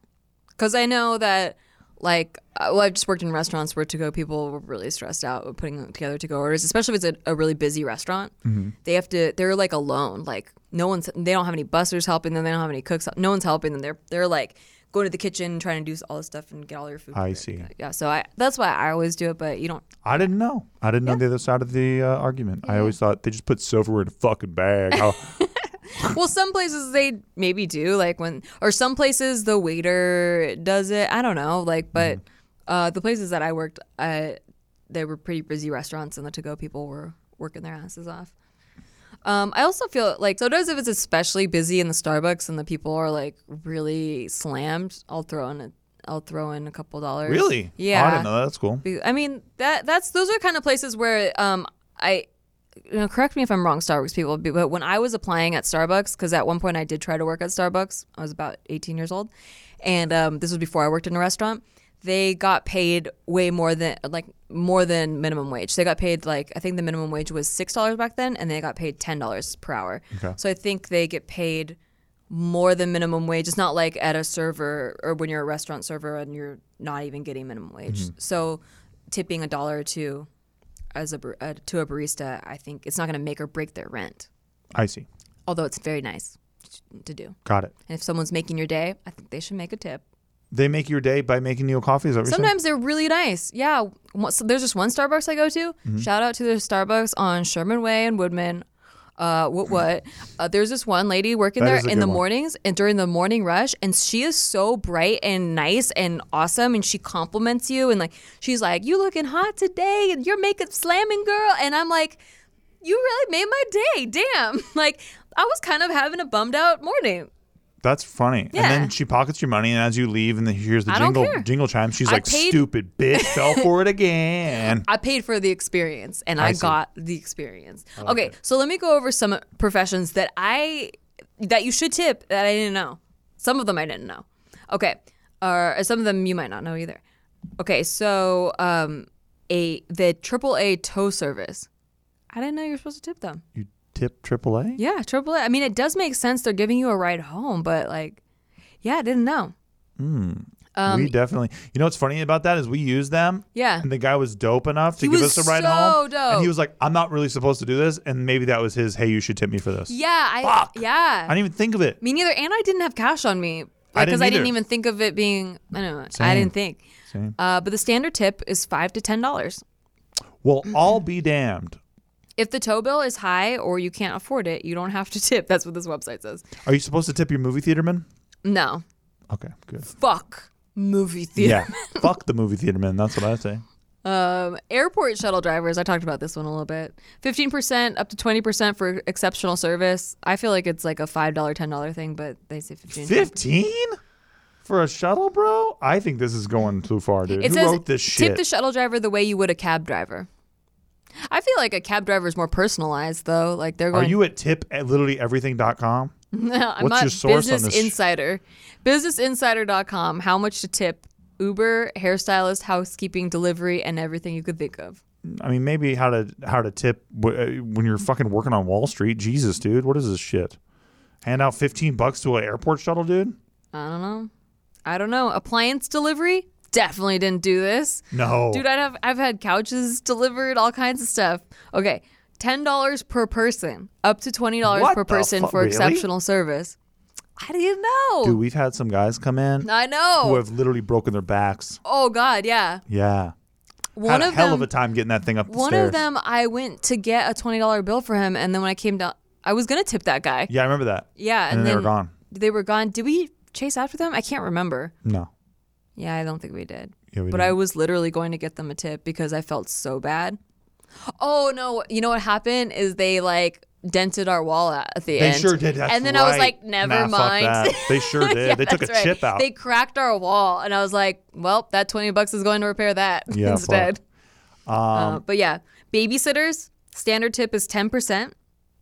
because I know that, like, uh, well, I've just worked in restaurants where to go people were really stressed out with putting together to go orders, especially if it's a, a really busy restaurant. Mm-hmm. They have to, they're like alone. Like, no one's, they don't have any busters helping them, they don't have any cooks, no one's helping them. They're, they're like, going to the kitchen, trying to do all this stuff and get all your food. I see. Yeah, so I that's why I always do it, but you don't. I didn't know. I didn't know the other side of the uh, argument. I always thought they just put silverware in a fucking bag. [LAUGHS] How- Well, some places they maybe do, like when, or some places the waiter does it. I don't know, like, but uh, the places that I worked, uh, they were pretty busy restaurants, and the to-go people were working their asses off. Um, I also feel like sometimes if it's especially busy in the Starbucks and the people are like really slammed, I'll throw in a, I'll throw in a couple dollars. Really? Yeah. Oh, I didn't know that. That's cool. Be- I mean that that's those are kind of places where um I you know, correct me if I'm wrong, Starbucks people, but but when I was applying at Starbucks, because at one point I did try to work at Starbucks, I was about 18 years old, and um, this was before I worked in a restaurant. They got paid way more than like more than minimum wage. They got paid like I think the minimum wage was six dollars back then, and they got paid ten dollars per hour. Okay. So I think they get paid more than minimum wage. It's not like at a server or when you're a restaurant server and you're not even getting minimum wage. So tipping a dollar or two as a, bar- uh, to a barista, I think it's not going to make or break their rent. I see. Although it's very nice to do. Got it. And if someone's making your day, I think they should make a tip. They make your day by making you a coffee. Is that what you're saying? Sometimes they're really nice. Yeah. Wha- So there's just one Starbucks I go to. Mm-hmm. Shout out to the Starbucks on Sherman Way and Woodman. Uh, what [LAUGHS] what? Uh, there's this one lady working That there is a in good the one. mornings and during the morning rush, and she is so bright and nice and awesome, and she compliments you and like she's like, "You looking hot today, and you're making slamming, girl," and I'm like, "You really made my day, damn!" [LAUGHS] Like I was kind of having a bummed out morning. That's funny. Yeah. And then she pockets your money, and as you leave, and then she hears the I don't jingle care. jingle chime, she's I like, paid- "Stupid bitch, [LAUGHS] fell for it again." I paid for the experience and I, see. got the experience. okay, so let me go over some professions that I that you should tip that I didn't know. Some of them I didn't know. Okay, or some of them you might not know either. Okay, so um, a the AAA tow service. I didn't know you were supposed to tip them. You tip AAA? Yeah, AAA. I mean, it does make sense they're giving you a ride home, but like, yeah, I didn't know. we definitely. You know what's funny about that is we use them. Um, Yeah. And the guy was dope enough to He give was us a ride so home. dope. And he was like, "I'm not really supposed to do this," and maybe that was his, "Hey, you should tip me for this." Yeah, I Fuck. yeah. I didn't even think of it. Me neither. And I didn't have cash on me because I I, didn't didn't either. even think of it being. I know. I Same. didn't think. Same. Uh, but the standard tip is five to ten dollars. Well, I'll be damned. If the tow bill is high or you can't afford it, you don't have to tip. That's what this website says. Are you supposed to tip your movie theater man? No. Okay, [LAUGHS] good. Fuck movie theater. Yeah. Fuck the movie theater man. That's what I say. Um, airport shuttle drivers. I talked about this one a little bit. Fifteen percent up to twenty percent for exceptional service. I feel like it's like a five dollar, ten dollar thing, but they say fifteen. 15 for a shuttle, bro? I think this is going too far, dude. It Who says wrote this tip shit? the shuttle driver the way you would a cab driver. I feel like a cab driver is more personalized though. Like they're Are going. you at tip at literally everything.com? [LAUGHS] I'm what's not your source on Business this sh- Insider. Businessinsider.com. How much to tip Uber, hairstylist, housekeeping, delivery, and everything you could think of. I mean, maybe how to how to tip w- uh, when you're fucking working on Wall Street. Jesus, dude, what is this shit? Hand out 15 bucks to an airport shuttle, dude? I don't know. I don't know. Appliance delivery. Definitely didn't do this. No. Dude, I'd have I've had couches delivered, all kinds of stuff. Okay. Ten dollars per person, up to twenty dollars What per the person fu- for really? exceptional service. I didn't know. Dude, we've had some guys come in I know. who have literally broken their backs. oh God, yeah. Yeah. One Had a of hell them. of a time getting that thing up the one stairs. of them, I went to get a twenty dollar bill for him, and then when I came down, I was gonna tip that guy. Yeah, I remember that. Yeah, And, and, then then they were gone. They were gone. Did we chase after them? I can't remember. No. Yeah, I don't think we did. Yeah, we but didn't. I was literally going to get them a tip because I felt so bad. Oh no! You know what happened is they like dented our wall at, at the They end. sure did. That's and then I was right. like, never Nah, fuck mind. that. [LAUGHS] They sure did. Yeah, they took a that's right. chip out. They cracked our wall, and I was like, "Well, that twenty bucks is going to repair that [LAUGHS] Yeah, fuck. Um, instead." Uh, but yeah, babysitters standard tip is ten percent,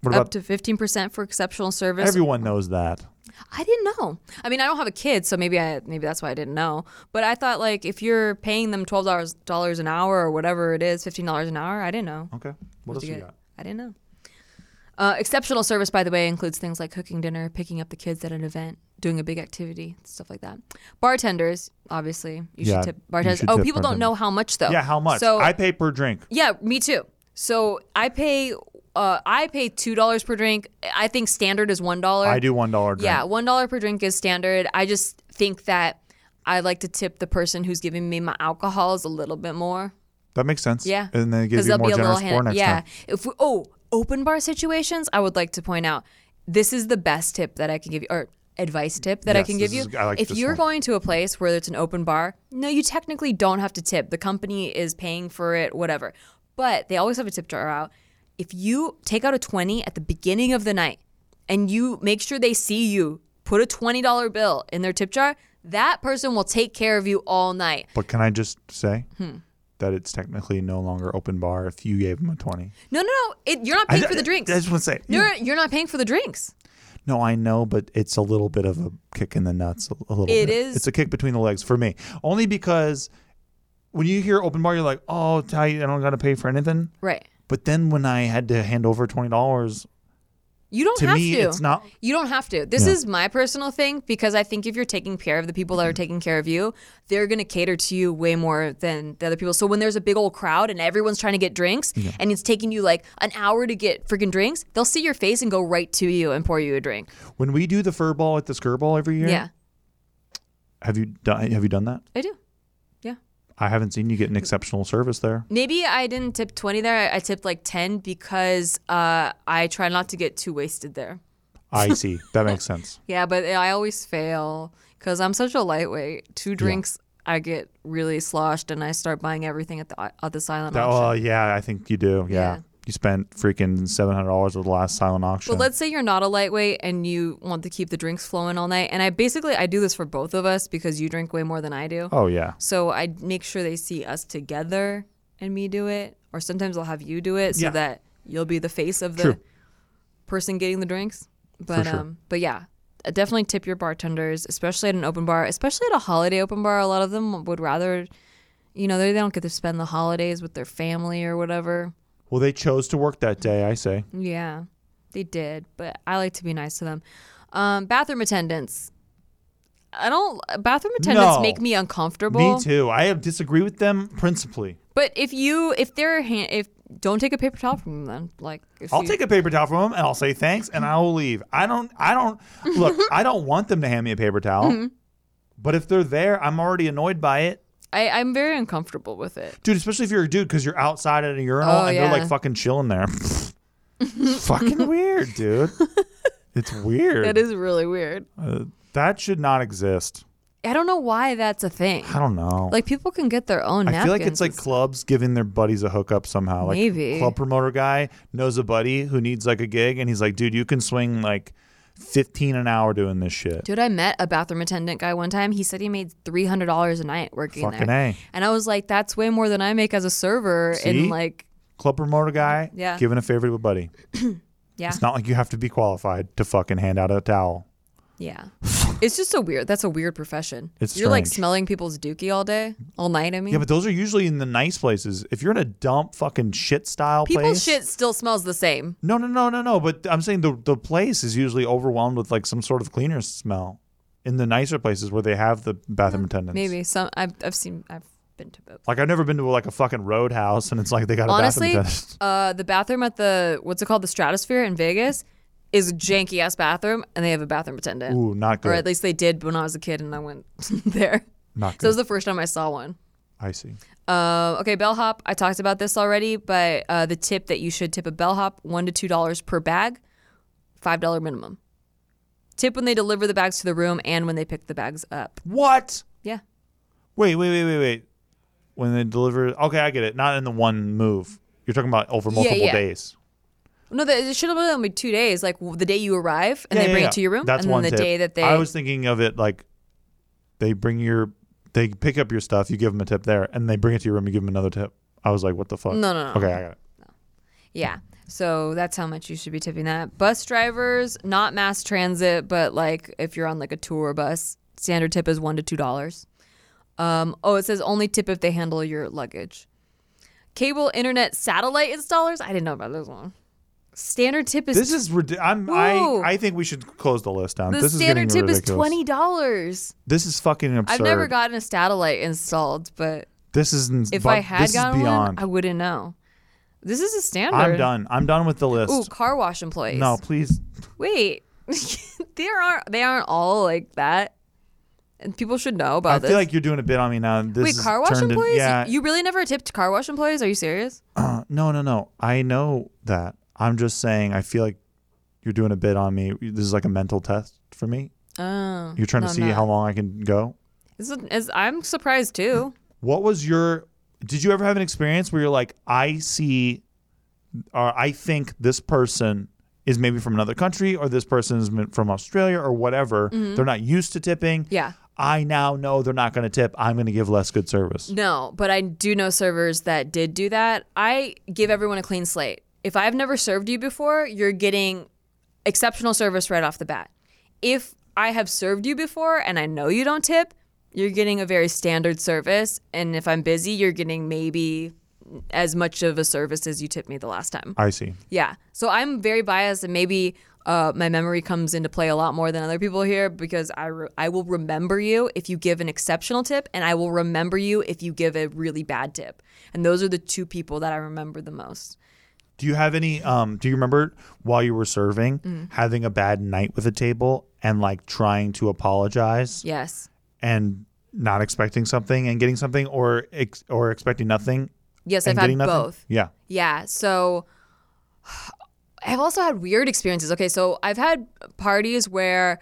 what up about to fifteen percent for exceptional service. everyone knows that? I didn't know. I mean, I don't have a kid, so maybe I maybe that's why I didn't know. But I thought like if you're paying them twelve dollars dollars an hour or whatever it is, fifteen dollars an hour, I didn't know. Okay. What else you got? I didn't know. Uh, exceptional service, by the way, includes things like cooking dinner, picking up the kids at an event, doing a big activity, stuff like that. Bartenders, obviously, you Yeah, should tip you bartenders. should oh, tip people don't know how much though. Yeah, how much? So I pay per drink. yeah, me too. So I pay, uh, I pay two dollars per drink. I think standard is one dollar. I do one dollar drink. Yeah, one dollar per drink is standard. I just think that I like to tip the person who's giving me my alcohols a little bit more. That makes sense. Yeah, And then it gives 'Cause you a they'll more be a little generous score hand- next yeah. time. If we, oh open bar situations, I would like to point out this is the best tip that I can give you, or advice tip that I Yes, can this give you. is- I like if this you're one. going to a place where it's an open bar, no, you technically don't have to tip. The company is paying for it, whatever. But they always have a tip jar out. If you take out a twenty at the beginning of the night and you make sure they see you put a twenty dollar bill in their tip jar, that person will take care of you all night. But can I just say Hmm. that it's technically no longer open bar if you gave them a twenty? No, no, no. It, you're not paying I, for the drinks. I just want to say. You're you're not paying for the drinks. No, I know, but it's a little bit of a kick in the nuts. A, a little. It bit. is- It's a kick between the legs for me, only because when you hear open bar, you're like, oh, tight. I don't got to pay for anything. Right. But then when I had to hand over twenty dollars, You don't to have me, to. it's not. you don't have to. This is my personal thing because I think if you're taking care of the people that are taking care of you, they're going to cater to you way more than the other people. So when there's a big old crowd and everyone's trying to get drinks and it's taking you like an hour to get freaking drinks, they'll see your face and go right to you and pour you a drink. When we do the fur ball at the Skirball ball every year, Yeah, Have you done? Have you done that? I do. Yeah. I haven't seen you get an exceptional service there. Maybe I didn't tip 20 there. I- I tipped like 10 because uh, I try not to get too wasted there. I see. That makes [LAUGHS] sense. Yeah, but I always fail because I'm such a lightweight. Two drinks, I get really sloshed and I start buying everything at the at the silent That- auction. oh yeah, I think you do. Yeah. Yeah. You spent freaking seven hundred dollars with the last silent auction. But let's say you're not a lightweight and you want to keep the drinks flowing all night. And I basically I do this for both of us because you drink way more than I do. oh yeah, So I make sure they see us together and me do it, or sometimes I'll have you do it so Yeah. that you'll be the face of the True. person getting the drinks. But sure. um, but yeah, definitely tip your bartenders, especially at an open bar, especially at a holiday open bar. A lot of them would rather, you know, they, they don't get to spend the holidays with their family or whatever. Well, they chose to work that day. I say. Yeah, they did, but I like to be nice to them. Um, bathroom attendants. I don't. Bathroom attendants No. make me uncomfortable. Me too. I disagree with them principally. But if you, if they're, hand, if don't take a paper towel from them, then like, if I'll you, take a paper towel from them and I'll say thanks and I will leave. I don't. I [LAUGHS] don't look. I don't want them to hand me a paper towel. Mm-hmm. But if they're there, I'm already annoyed by it, I, I'm very uncomfortable with it. dude. Especially if you're a dude, because you're outside at a urinal Oh, and yeah. they're like fucking chilling [LAUGHS] there. [LAUGHS] fucking weird, dude. It's weird. That is really weird. Uh, that should not exist. I don't know why that's a thing. I don't know. Like people can get their own. I feel like it's napkins. like clubs giving their buddies a hookup somehow. Like Maybe. club promoter guy knows a buddy who needs like a gig, and he's like, "Dude, you can swing like fifteen an hour doing this shit." Dude, I met a bathroom attendant guy one time. He said he made three hundred dollars a night working Fucking there, a and I was like, "That's way more than I make as a server." See? And like, club promoter guy Yeah. giving a favor to a buddy. [CLEARS THROAT] yeah, It's not like you have to be qualified to fucking hand out a towel. [LAUGHS] yeah, it's just a weird. That's a weird profession. It's You're like strange. smelling people's dookie all day, all night. I mean, Yeah, but those are usually in the nice places. If you're in a dump fucking shit style place, people's shit still smells the same. No, no, no, no, no. But I'm saying the the place is usually overwhelmed with like some sort of cleaner smell. In the nicer places where they have the bathroom attendants, Mm, Maybe some. I've, I've seen. I've been to both. Like I've never been to like a fucking roadhouse, and it's like they got a honestly, bathroom attendant. [LAUGHS] [LAUGHS] uh, the bathroom at the what's it called, the Stratosphere in Vegas, is a janky ass bathroom, and they have a bathroom attendant, Ooh, not or good. at least they did when I was a kid and I went [LAUGHS] there. not So it good. was the first time I saw one. I see. Uh, okay, bellhop. I talked about this already, but uh, the tip that you should tip a bellhop one to two dollars per bag, five dollar minimum. Tip when they deliver the bags to the room and when they pick the bags up. What? Yeah, Wait, wait, wait, wait, wait. When they deliver, okay, I get it. Not in the one move. You're talking about over multiple yeah. days. no, that it should have only been two days. Like w- the day you arrive and Yeah, they yeah, bring yeah. it to your room, That's and then one the tip. day that they I was thinking of it like they bring your, they pick up your stuff. You give them a tip there, and they bring it to your room. You give them another tip. I was like, what the fuck? No, no, no. Okay, I got it. Yeah. So that's how much you should be tipping that. Bus drivers, not mass transit, but like if you're on like a tour bus, standard tip is one to two dollars. Um, oh, it says only tip if they handle your luggage. Cable, internet, satellite installers. I didn't know about this one. Standard tip is This is rid- I'm Whoa. I I think we should close the list down. the this is getting standard tip ridiculous. is twenty dollars. This is fucking absurd. I've never gotten a satellite installed, but This isn't. if but I had this is gotten one, beyond. I wouldn't know. This is a standard. I'm done. I'm done with the Ooh, list. car wash employees. no, please. Wait, [LAUGHS] they aren't. They aren't all like that, and people should know about I this. feel like you're doing a bit on me now. This Wait, has car wash turned in- employees? yeah. You really never tipped car wash employees? Are you serious? uh, no, no, no. I know that. I'm just saying. I feel like you're doing a bit on me. This is like a mental test for me. Oh, You're trying No, to I'm see not. how long I can go. This is- is- I'm surprised too. What was your? Did you ever have an experience where you're like, I see, or I think this person is maybe from another country, or this person is m- from Australia, or whatever. They're not used to tipping. Mm-hmm. Yeah. I now know they're not going to tip. I'm going to give less good service. No, but I do know servers that did do that. I give everyone a clean slate. If I've never served you before, you're getting exceptional service right off the bat. If I have served you before and I know you don't tip, you're getting a very standard service. And if I'm busy, you're getting maybe as much of a service as you tipped me the last time. I see. Yeah. So I'm very biased, and maybe uh, my memory comes into play a lot more than other people here because I, re- I will remember you if you give an exceptional tip, and I will remember you if you give a really bad tip. And those are the two people that I remember the most. Do you have any? Um, do you remember while you were serving Mm. having a bad night with a table and like trying to apologize Yes. and not expecting something and getting something, or ex- or expecting nothing Yes, and I've had getting nothing? both. Yeah. Yeah. So I've also had weird experiences. Okay. So I've had parties where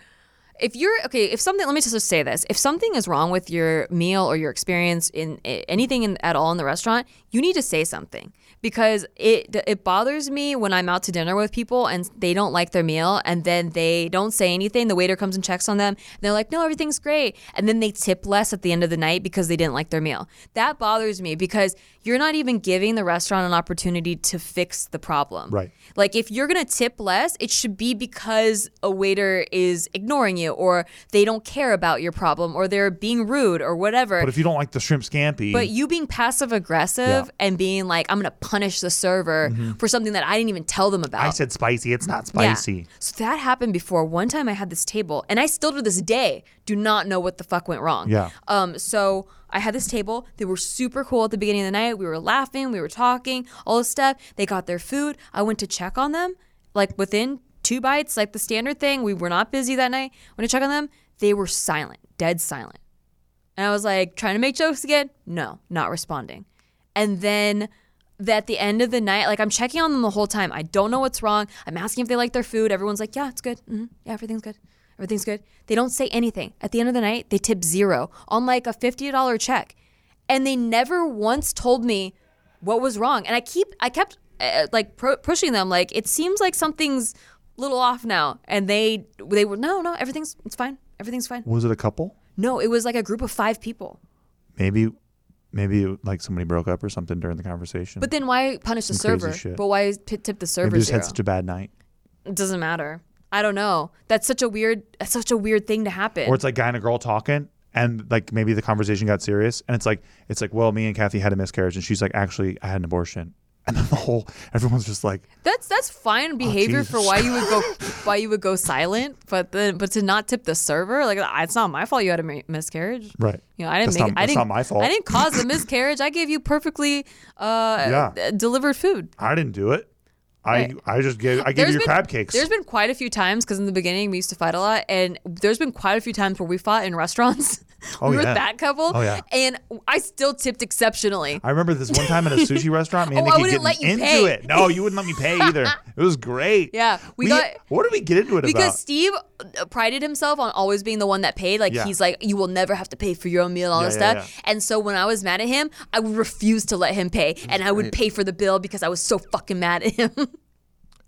if you're okay, if something, let me just say this: if something is wrong with your meal or your experience in eh, anything in, at all in the restaurant, you need to say something because it it bothers me when I'm out to dinner with people and they don't like their meal and then they don't say anything. The waiter comes and checks on them. And they're like, "No, everything's great," and then they tip less at the end of the night because they didn't like their meal. That bothers me because you're not even giving the restaurant an opportunity to fix the problem. Right. Like if you're gonna tip less, it should be because a waiter is ignoring you or they don't care about your problem or they're being rude or whatever. But if you don't like the shrimp scampi, But you being passive aggressive and being like, I'm gonna punish the server Mm-hmm. for something that I didn't even tell them about. I said spicy. It's not Yeah. spicy. So that happened before. One time I had this table, and I still to this day do not know what the fuck went wrong. Yeah. Um. So I had this table. They were super cool at the beginning of the night. We were laughing. We were talking. All this stuff. They got their food. I went to check on them. Like within two bites, like the standard thing. We were not busy that night. Went to check on them. They were silent. Dead silent. And I was like, trying to make jokes again. No, not responding. And then th- at the end of the night, like I'm checking on them the whole time. I don't know what's wrong. I'm asking if they like their food. Everyone's like, yeah, it's good. hmm Yeah, everything's good. Everything's good. They don't say anything. At the end of the night, they tip zero on like a $50 check. And they never once told me what was wrong. And I keep, I kept uh, like pro- pushing them. Like it seems like something's a little off now. And they, they were, no, no, everything's, it's fine. Everything's fine. Was it a couple? No, it was like a group of five people. Maybe, maybe like somebody broke up or something during the conversation. But then why punish the Some crazy server? shit. But why p- tip the server maybe just zero? had such a bad night. it doesn't matter. I don't know. That's such a weird. That's such a weird thing to happen. Or it's like guy and a girl talking, and like maybe the conversation got serious, and it's like it's like well, me and Kathy had a miscarriage, and she's like actually I had an abortion, [LAUGHS] and then the whole everyone's just like that's that's fine behavior for Oh, Jesus. why you would go [LAUGHS] why you would go silent. But then but to not tip the server, like it's not my fault you had a mi- miscarriage. right. You know, I didn't That's make. not- it, I that's didn't. not my fault. I didn't cause the miscarriage. I gave you perfectly uh, Yeah. delivered food. I didn't do it. I Right. I just gave I gave There's you been- crab cakes. There's been quite a few times because in the beginning we used to fight a lot, and there's been quite a few times where we fought in restaurants. [LAUGHS] Oh, we were yeah. that couple. Oh, yeah. And I still tipped exceptionally. I remember this one time [LAUGHS] at a sushi restaurant, me and Oh, I Nikki getting wouldn't let you into pay. it. No, you wouldn't let me pay [LAUGHS] either. It was great. Yeah, we got- What did we get into it Because about? Steve uh, prided himself on always being the one that paid. Like Yeah. he's like, you will never have to pay for your own meal, all Yeah, this yeah, stuff. And so when I was mad at him, I would refuse to let him pay, and I would pay for the bill because I was so fucking mad [LAUGHS] at him. [LAUGHS]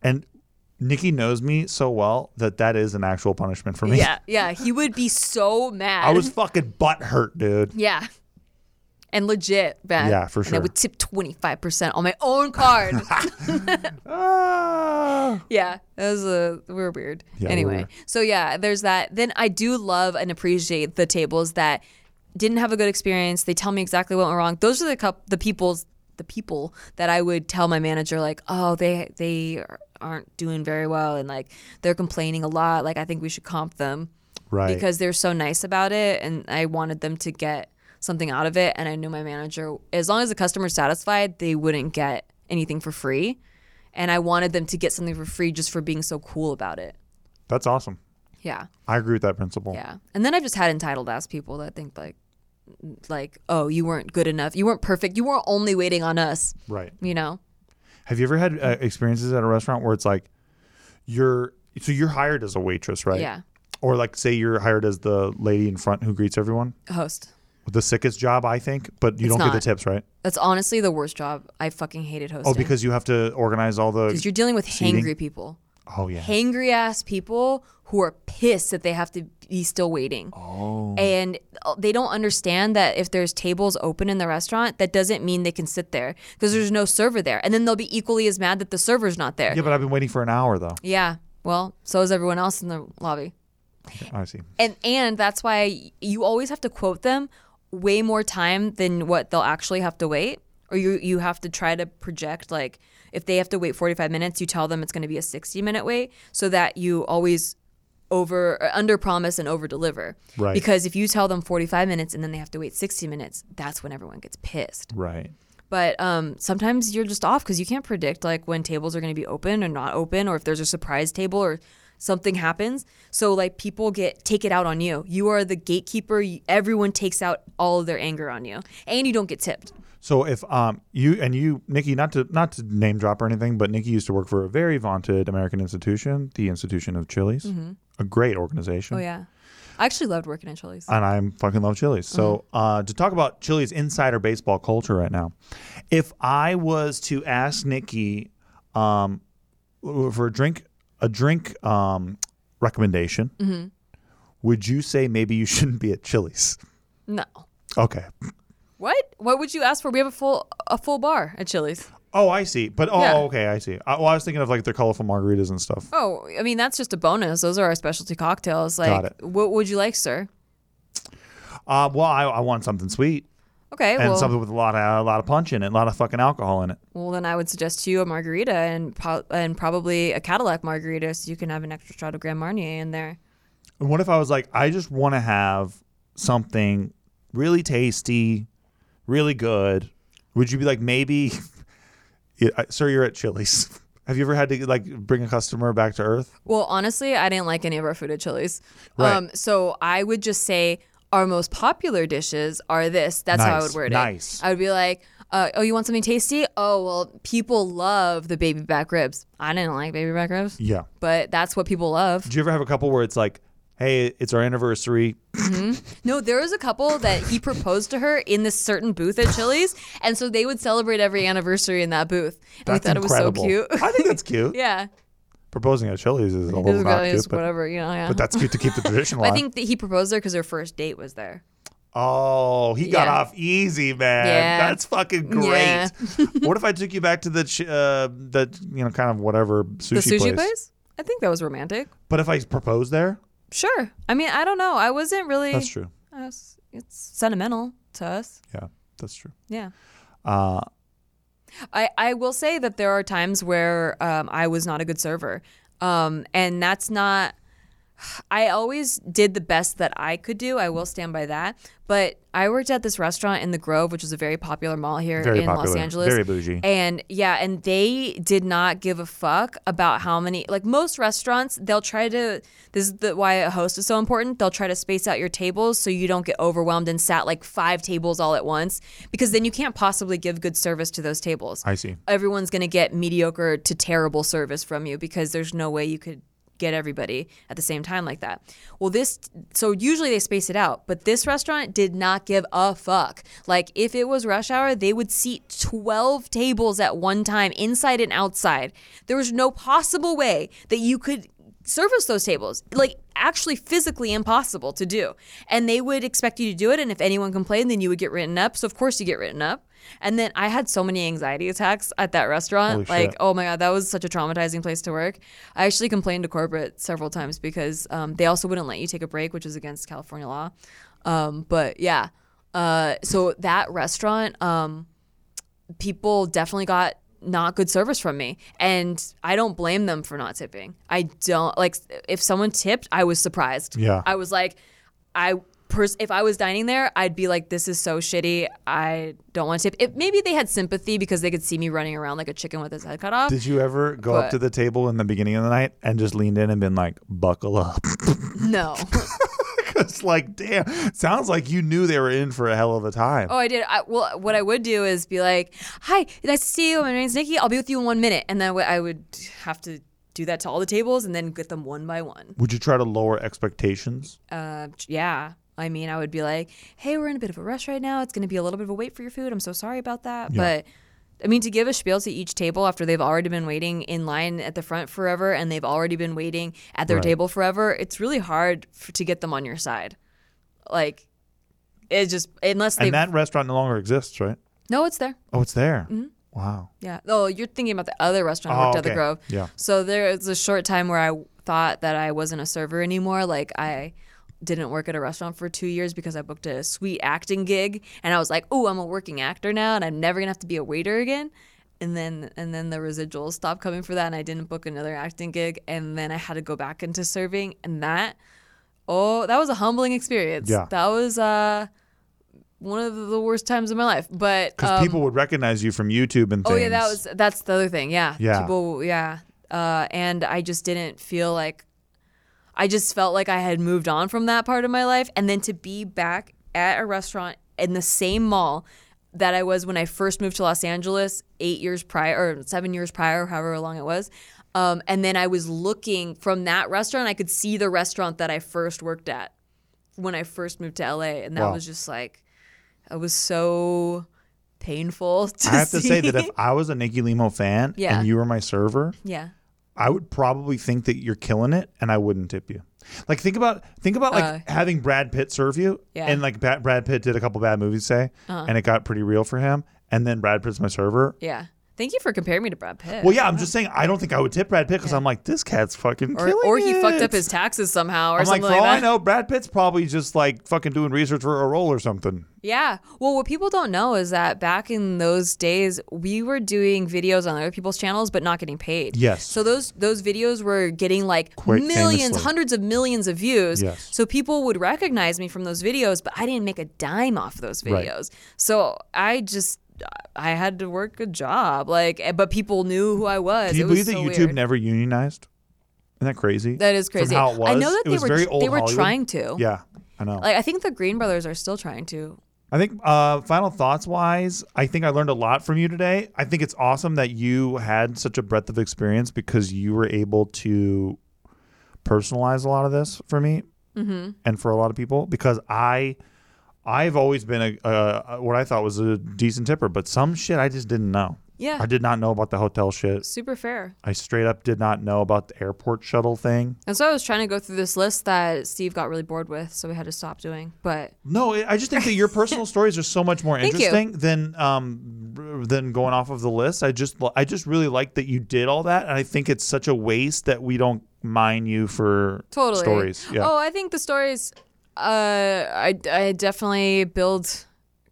And Nikki knows me so well that that is an actual punishment for me. yeah, yeah, he would be so mad. I was fucking butt hurt, dude. Yeah. And legit, man. Yeah, for And I sure. would tip 25% on my [LAUGHS] own card. Ah. yeah. That was a, we were weird. Yeah, we anyway. were. So, yeah, there's that. Then I do love and appreciate the tables that didn't have a good experience. They tell me exactly what went wrong. Those are the cup, the people's, the people that I would tell my manager, like, oh, they, they aren't doing very well. And like, they're complaining a lot. Like, I think we should comp them Right. because they're so nice about it and I wanted them to get something out of it and I knew my manager as long as the customer's satisfied they wouldn't get anything for free and I wanted them to get something for free just for being so cool about it. That's awesome. Yeah. I agree with that principle. Yeah. And then I've just had entitled ass people that think like like oh you weren't good enough. You weren't perfect. You were only waiting on us, Right. you know. Have you ever had uh, experiences at a restaurant where it's like you're so you're hired as a waitress, right? Yeah. Or like say you're hired as the lady in front who greets everyone. Host. The sickest job, I think, but you It's don't get not. the tips, right? That's honestly the worst job. I fucking hated hosting. Oh, because you have to organize all the. 'Cause you're dealing with Seating? hangry people. oh yeah. hangry ass people who are pissed that they have to be still waiting. Oh. And uh, they don't understand that if there's tables open in the restaurant, that doesn't mean they can sit there because there's no server there. And then they'll be equally as mad that the server's not there. Yeah, but I've been waiting for an hour though. Yeah. Well, so is everyone else in the lobby. I see. And and that's why you always have to quote them way more time than what they'll actually have to wait. Or you you have to try to project like if they have to wait 45 minutes, you tell them it's going to be a 60 minute wait so that you always over or under promise and over deliver. Right. Because if you tell them 45 minutes and then they have to wait 60 minutes, that's when everyone gets pissed. Right. But um, sometimes you're just off because you can't predict like when tables are going to be open or not open, or if there's a surprise table or something happens. So like people get take it out on you. You are the gatekeeper. You- Everyone takes out all of their anger on you, and you don't get tipped. So if um you and you Nikki not to not to name drop or anything, but Nikki used to work for a very vaunted American institution, the Institution of Chili's, a great organization. Mm-hmm. Oh yeah, I actually loved working at Chili's. and I'm fucking love Chili's. So uh, to talk about Chili's insider baseball culture right now, if I was to ask Nikki um, for a drink, a drink um, recommendation, would you say maybe you [LAUGHS] shouldn't be at Chili's? no. Okay. What? What would you ask for? We have a full a full bar at Chili's. Oh, I see. But oh, Yeah. okay, I see. I, well, I was thinking of like their colorful margaritas and stuff. Oh, I mean that's just a bonus. Those are our specialty cocktails. Like, Got it. what would you like, sir? Uh, well, I, I want something sweet Okay, and well, something with a lot of a lot of punch in it, a lot of fucking alcohol in it. well then I would suggest to you a margarita and po- and probably a Cadillac margarita, so you can have an extra shot of Grand Marnier in there. And what if I was like, I just want to have something really tasty, really good? Would you be like, maybe, [LAUGHS] Yeah, I- sir, you're at Chili's. [LAUGHS] Have you ever had to like bring a customer back to earth? Well, honestly, I didn't like any of our food at Chili's. Right. Um, so I would just say our most popular dishes are this. That's how I Nice, would word nice. it. I would be like, uh, oh, you want something tasty? Oh, well, people love the baby back ribs. I didn't like baby back ribs, Yeah. but that's what people love. Did you ever have a couple where it's like, hey, it's our anniversary? No, there was a couple that he proposed to her in this certain booth at Chili's, and so they would celebrate every anniversary in that booth. And That's we thought incredible. it was so cute. [LAUGHS] I think that's cute. yeah. Proposing at Chili's is a It little was not really cute, just but, whatever, you know, yeah. but that's cute to keep [LAUGHS] the tradition I alive. think that he proposed there because her first date was there. Oh, he got Yeah. off easy, man. Yeah. That's fucking great. Yeah. [LAUGHS] what if I took you back to the ch- uh, the you know kind of whatever sushi, the sushi place. I think that was romantic. But if I proposed there, Sure. I mean, I don't know. I wasn't really. that's true. I was- it's sentimental to us. Yeah, that's true. Yeah. Uh, I, I will say that there are times where um, I was not a good server. Um, and that's not. I always did the best that I could do. I will stand by that. But I worked at this restaurant in the Grove, which is a very popular mall here Very in Los popular. Angeles. Very bougie. And yeah, and they did not give a fuck about how many. Like most restaurants, they'll try to. This is the, why a host is so important. They'll try to space out your tables so you don't get overwhelmed and sat like five tables all at once, because then you can't possibly give good service to those tables I see. everyone's going to get mediocre to terrible service from you because there's no way you could get everybody at the same time like that. Well, this, so usually they space it out, but this restaurant did not give a fuck. Like, if it was rush hour, they would seat 12 tables at one time, inside and outside. There was no possible way that you could service those tables like actually physically impossible to do and they would expect you to do it and if anyone complained then you would get written up so of course you get written up and then i had so many anxiety attacks at that restaurant Holy like shit. oh my god that was such a traumatizing place to work i actually complained to corporate several times because um, they also wouldn't let you take a break which is against california law um, but yeah uh, so that restaurant um, people definitely got not good service from me and i don't blame them for not tipping i don't like if someone tipped i was surprised Yeah. i was like i pers- if i was dining there i'd be like this is so shitty i don't want to tip if maybe they had sympathy because they could see me running around like a chicken with his head cut off Did you ever go up But- to the table in the beginning of the night and just leaned in and been like, "Buckle up"? [LAUGHS] no it's like, damn. Sounds like you knew they were in for a hell of a time. Oh, I did. I, well, what I would do is be like, "Hi, nice to see you. My name's Nikki. I'll be with you in one minute," and then I would have to do that to all the tables and then get them one by one. Would you try to lower expectations? Uh, yeah, I mean, I would be like, "Hey, we're in a bit of a rush right now. It's going to be a little bit of a wait for your food. I'm so sorry about that." But I mean, to give a spiel to each table after they've already been waiting in line at the front forever and they've already been waiting at their Right. table forever, it's really hard f to get them on your side. Like, it just unless they And that restaurant no longer exists, right? no, it's there. Oh, it's there. Wow. Yeah. Oh, you're thinking about the other restaurant Oh, I Mm-hmm. worked at the okay. Grove. Um, Yeah. So there was a short time where I thought that I wasn't a server anymore. Like I didn't work at a restaurant for two years because I booked a sweet acting gig, and I was like, "Oh, I'm a working actor now, and I'm never gonna have to be a waiter again." And then and then the residuals stopped coming for that, and I didn't book another acting gig, and then I had to go back into serving, and that, oh, that was a humbling experience. Yeah. That was uh. One of the worst times of my life, but um, Because people would recognize you from YouTube and things. Oh yeah, that was that's the other thing. Yeah, Yeah. People, yeah, uh, and I just didn't feel like I just felt like I had moved on from that part of my life, and then to be back at a restaurant in the same mall that I was when I first moved to Los Angeles eight years prior or seven years prior, however long it was. Um, and then I was looking from that restaurant, I could see the restaurant that I first worked at. when I first moved to LA, and that Wow. was just like, it was so painful. [LAUGHS] To I have to say that see. [LAUGHS] if I was a Nikki Limo fan Yeah. and you were my server, yeah, I would probably think that you're killing it, and I wouldn't tip you. Like think about think about like Uh. having Brad Pitt serve you, Yeah. Uh-huh. and like Ba- Brad Pitt did a couple bad movies, say, and it got pretty real for him. And then Brad Pitt's my server. yeah. Thank you for comparing me to Brad Pitt. Well, yeah, I'm just saying I don't think I would tip Brad Pitt because I'm like this cat's fucking or, killing or he fucked up it." his taxes somehow, or I'm like, for something like, all that. I know, Brad Pitt's probably just like fucking doing research for a role or something. Yeah. Well, what people don't know is that back in those days, we were doing videos on other people's channels but not getting paid. Yes. So those those videos were getting like Quite millions, famously. hundreds of millions of views. Yes. So people would recognize me from those videos, but I didn't make a dime off those Right. videos. So I just I had to work a job, like, eh, but people knew who I was. Can you it believe was that so YouTube weird. never unionized? Isn't that crazy? That is From crazy. how it was. I know It that they was were very old they were Hollywood. trying to. Yeah, I know. Like I think the Green Brothers are still trying to. I think uh, final thoughts wise, I think I learned a lot from you today. I think it's awesome that you had such a breadth of experience because you were able to personalize a lot of this for me Mm-hmm. and for a lot of people because I I've always been a, a what I thought was a decent tipper, but some shit I just didn't know. Yeah. I did not know about the hotel shit. Super fair. I straight up did not know about the airport shuttle thing. And so I was trying to go through this list that Steve got really bored with, so we had to stop doing. But No, I I just think that your [LAUGHS] personal stories are so much more Thank you. interesting than um r- than going off of the list. I just I just really like that you did all that, and I think it's such a waste that we don't mine you for totally stories. Yeah, Oh, I think the stories. Uh, I I definitely build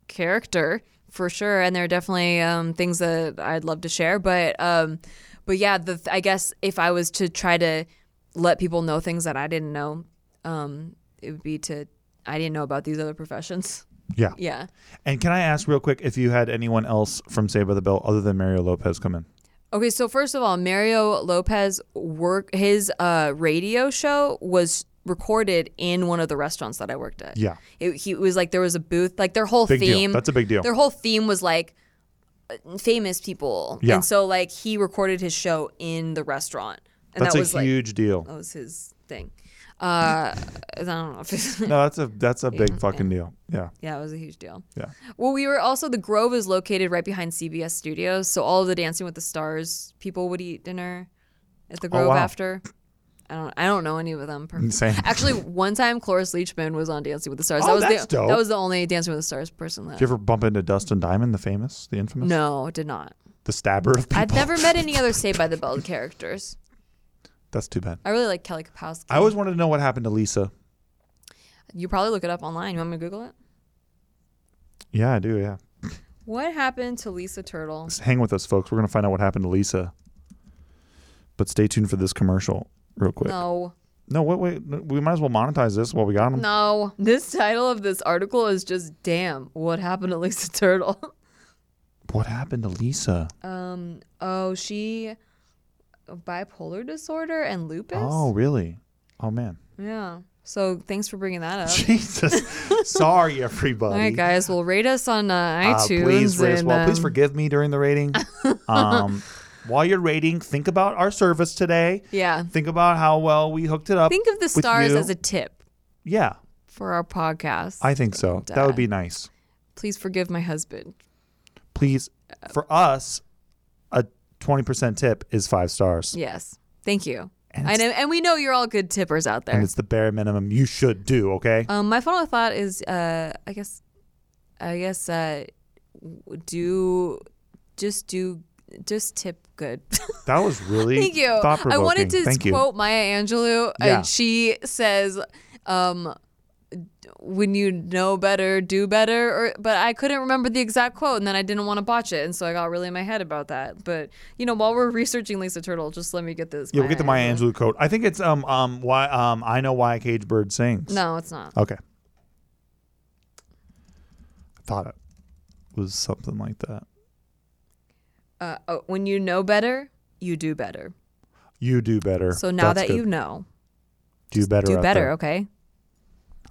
character for sure, and there are definitely um things that I'd love to share. But um, but yeah, the I guess if I was to try to let people know things that I didn't know, um, it would be to I didn't know about these other professions. yeah. Yeah. And can I ask real quick if you had anyone else from Saved by the Bell other than Mario Lopez come in? Okay, so first of all, Mario Lopez work his uh, radio show was recorded in one of the restaurants that I worked at. Yeah, It, he it was like there was a booth, like their whole big theme. deal. That's a big deal. Their whole theme was like uh, famous people. Yeah. And so like he recorded his show in the restaurant. And That's that a was like Oh. huge deal. that was his thing. Uh, I don't know if it's [LAUGHS] No, that's a that's a big fucking deal. Yeah, yeah, it was a huge deal. [LAUGHS] yeah. Well, we were also the Grove is located right behind CBS Studios, so all of the Dancing with the Stars people would eat dinner at the Grove Oh, wow. Mm, after. I don't I don't know any of them. per- Insane. Actually, one time Cloris Leachman was on Dancing with the Stars. Oh, that was that's the dope. that was the only Dancing with the Stars person that. Did you ever bump into Dustin Diamond, the famous, the infamous, no, did not. the stabber of people? I've never met any other Saved by the Bell characters. That's too bad. I really like Kelly Kapowski. I always wanted to know what happened to Lisa. you probably look it up online. You want me to Google it? Yeah, I do. Yeah. What happened to Lisa Turtle? Just hang with us, folks. We're going to find out what happened to Lisa. But stay tuned for this commercial real quick. No, No. wait, wait. no, We might as well monetize this while we got them. No. This title of this article is just damn, what happened to Lisa Turtle? What happened to Lisa? Um. [LAUGHS] Oh, she bipolar disorder and lupus. Oh, really? Oh, man. [LAUGHS] Yeah. So thanks for bringing that up. Jesus. Sorry, everybody. All right, guys. Well, rate us on uh, Uh, iTunes. please, rate us and, well. please um, forgive me during the [LAUGHS] rating. um, while you're rating, think about our service today. Yeah. Think about how well we hooked it up. Think of the with stars you. as a tip yeah. for our podcast. I think so. That would be nice. please forgive my husband. please for us a 20% tip is five stars Yes. Thank you. And I know, and we know you're all good tippers out and there. it's the bare minimum you should do okay [LAUGHS] Um, my final thought is, uh, I guess, I guess, uh, w- do just do just tip good. [LAUGHS] that was really Thank you. I thought-provoking. wanted to Thank you. quote Maya Angelou. Yeah. And she says, um, when you know better, do better. Or, but I couldn't remember the exact quote, and then I didn't want to botch it, and so I got really in my head about that. But you know, while we're researching Lisa Turtle, just let me get this. yeah we'll get the maya angelou quote i think it's um um why um i know why a cage bird sings No, it's not. okay i thought it was something like that Uh, oh, when you know better, you do better. you do better So now That's that you good. know, do better do out better. there. Okay.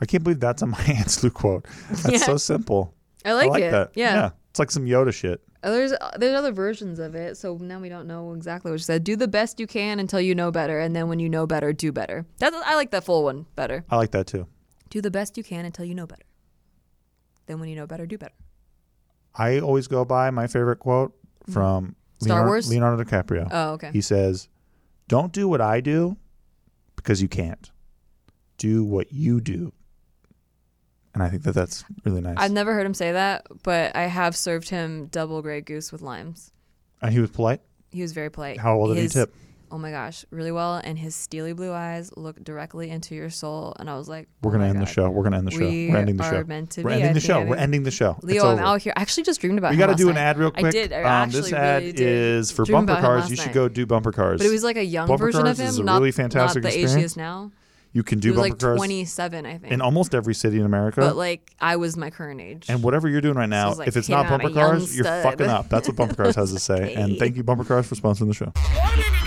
i can't believe that's a [LAUGHS] maya angelou quote that's Yeah. so simple I like, i like it. that Yeah. it's like some yoda shit Uh, There's uh, there's other versions of it, so now we don't know exactly what she said. Do the best you can until you know better, and then when you know better, do better. That's, I like that full one better. i like that too Do the best you can until you know better. Then when you know better, do better. I always go by my favorite quote from Mm-hmm. Star Leonardo, Wars? Leonardo DiCaprio. Oh, okay. He says, "Don't do what I do because you can't. Do what you do." And I think that that's really nice. I've never heard him say that, but I have served him double gray goose with limes. and he was polite. He was very polite. How well did he His- tip? Oh my gosh, really well. And his steely blue eyes look directly into your soul. And I was like, We're oh gonna my end the God. show. We're gonna end the show. We We're ending the are show. meant to We're be, I ending the think. show. I We're think- ending the show. Leo, it's I'm over. out here. I actually just dreamed about. We him got to last do an night. ad real I quick. did. I um, actually this ad really did is for dream bumper about him cars. last You should night. go do bumper cars. But it was like a young Bumper version Cars of him, is a not, really fantastic not the experience. ageist now. you can He do was bumper like cars 27, I think. in almost every city in America. but like I was my current age. And whatever you're doing right now, it's like, if it's "Hey, not I'm a bumper young cars, you're stud." [LAUGHS] fucking up. That's what bumper cars has to say. And thank you, bumper cars, for sponsoring the show. One minute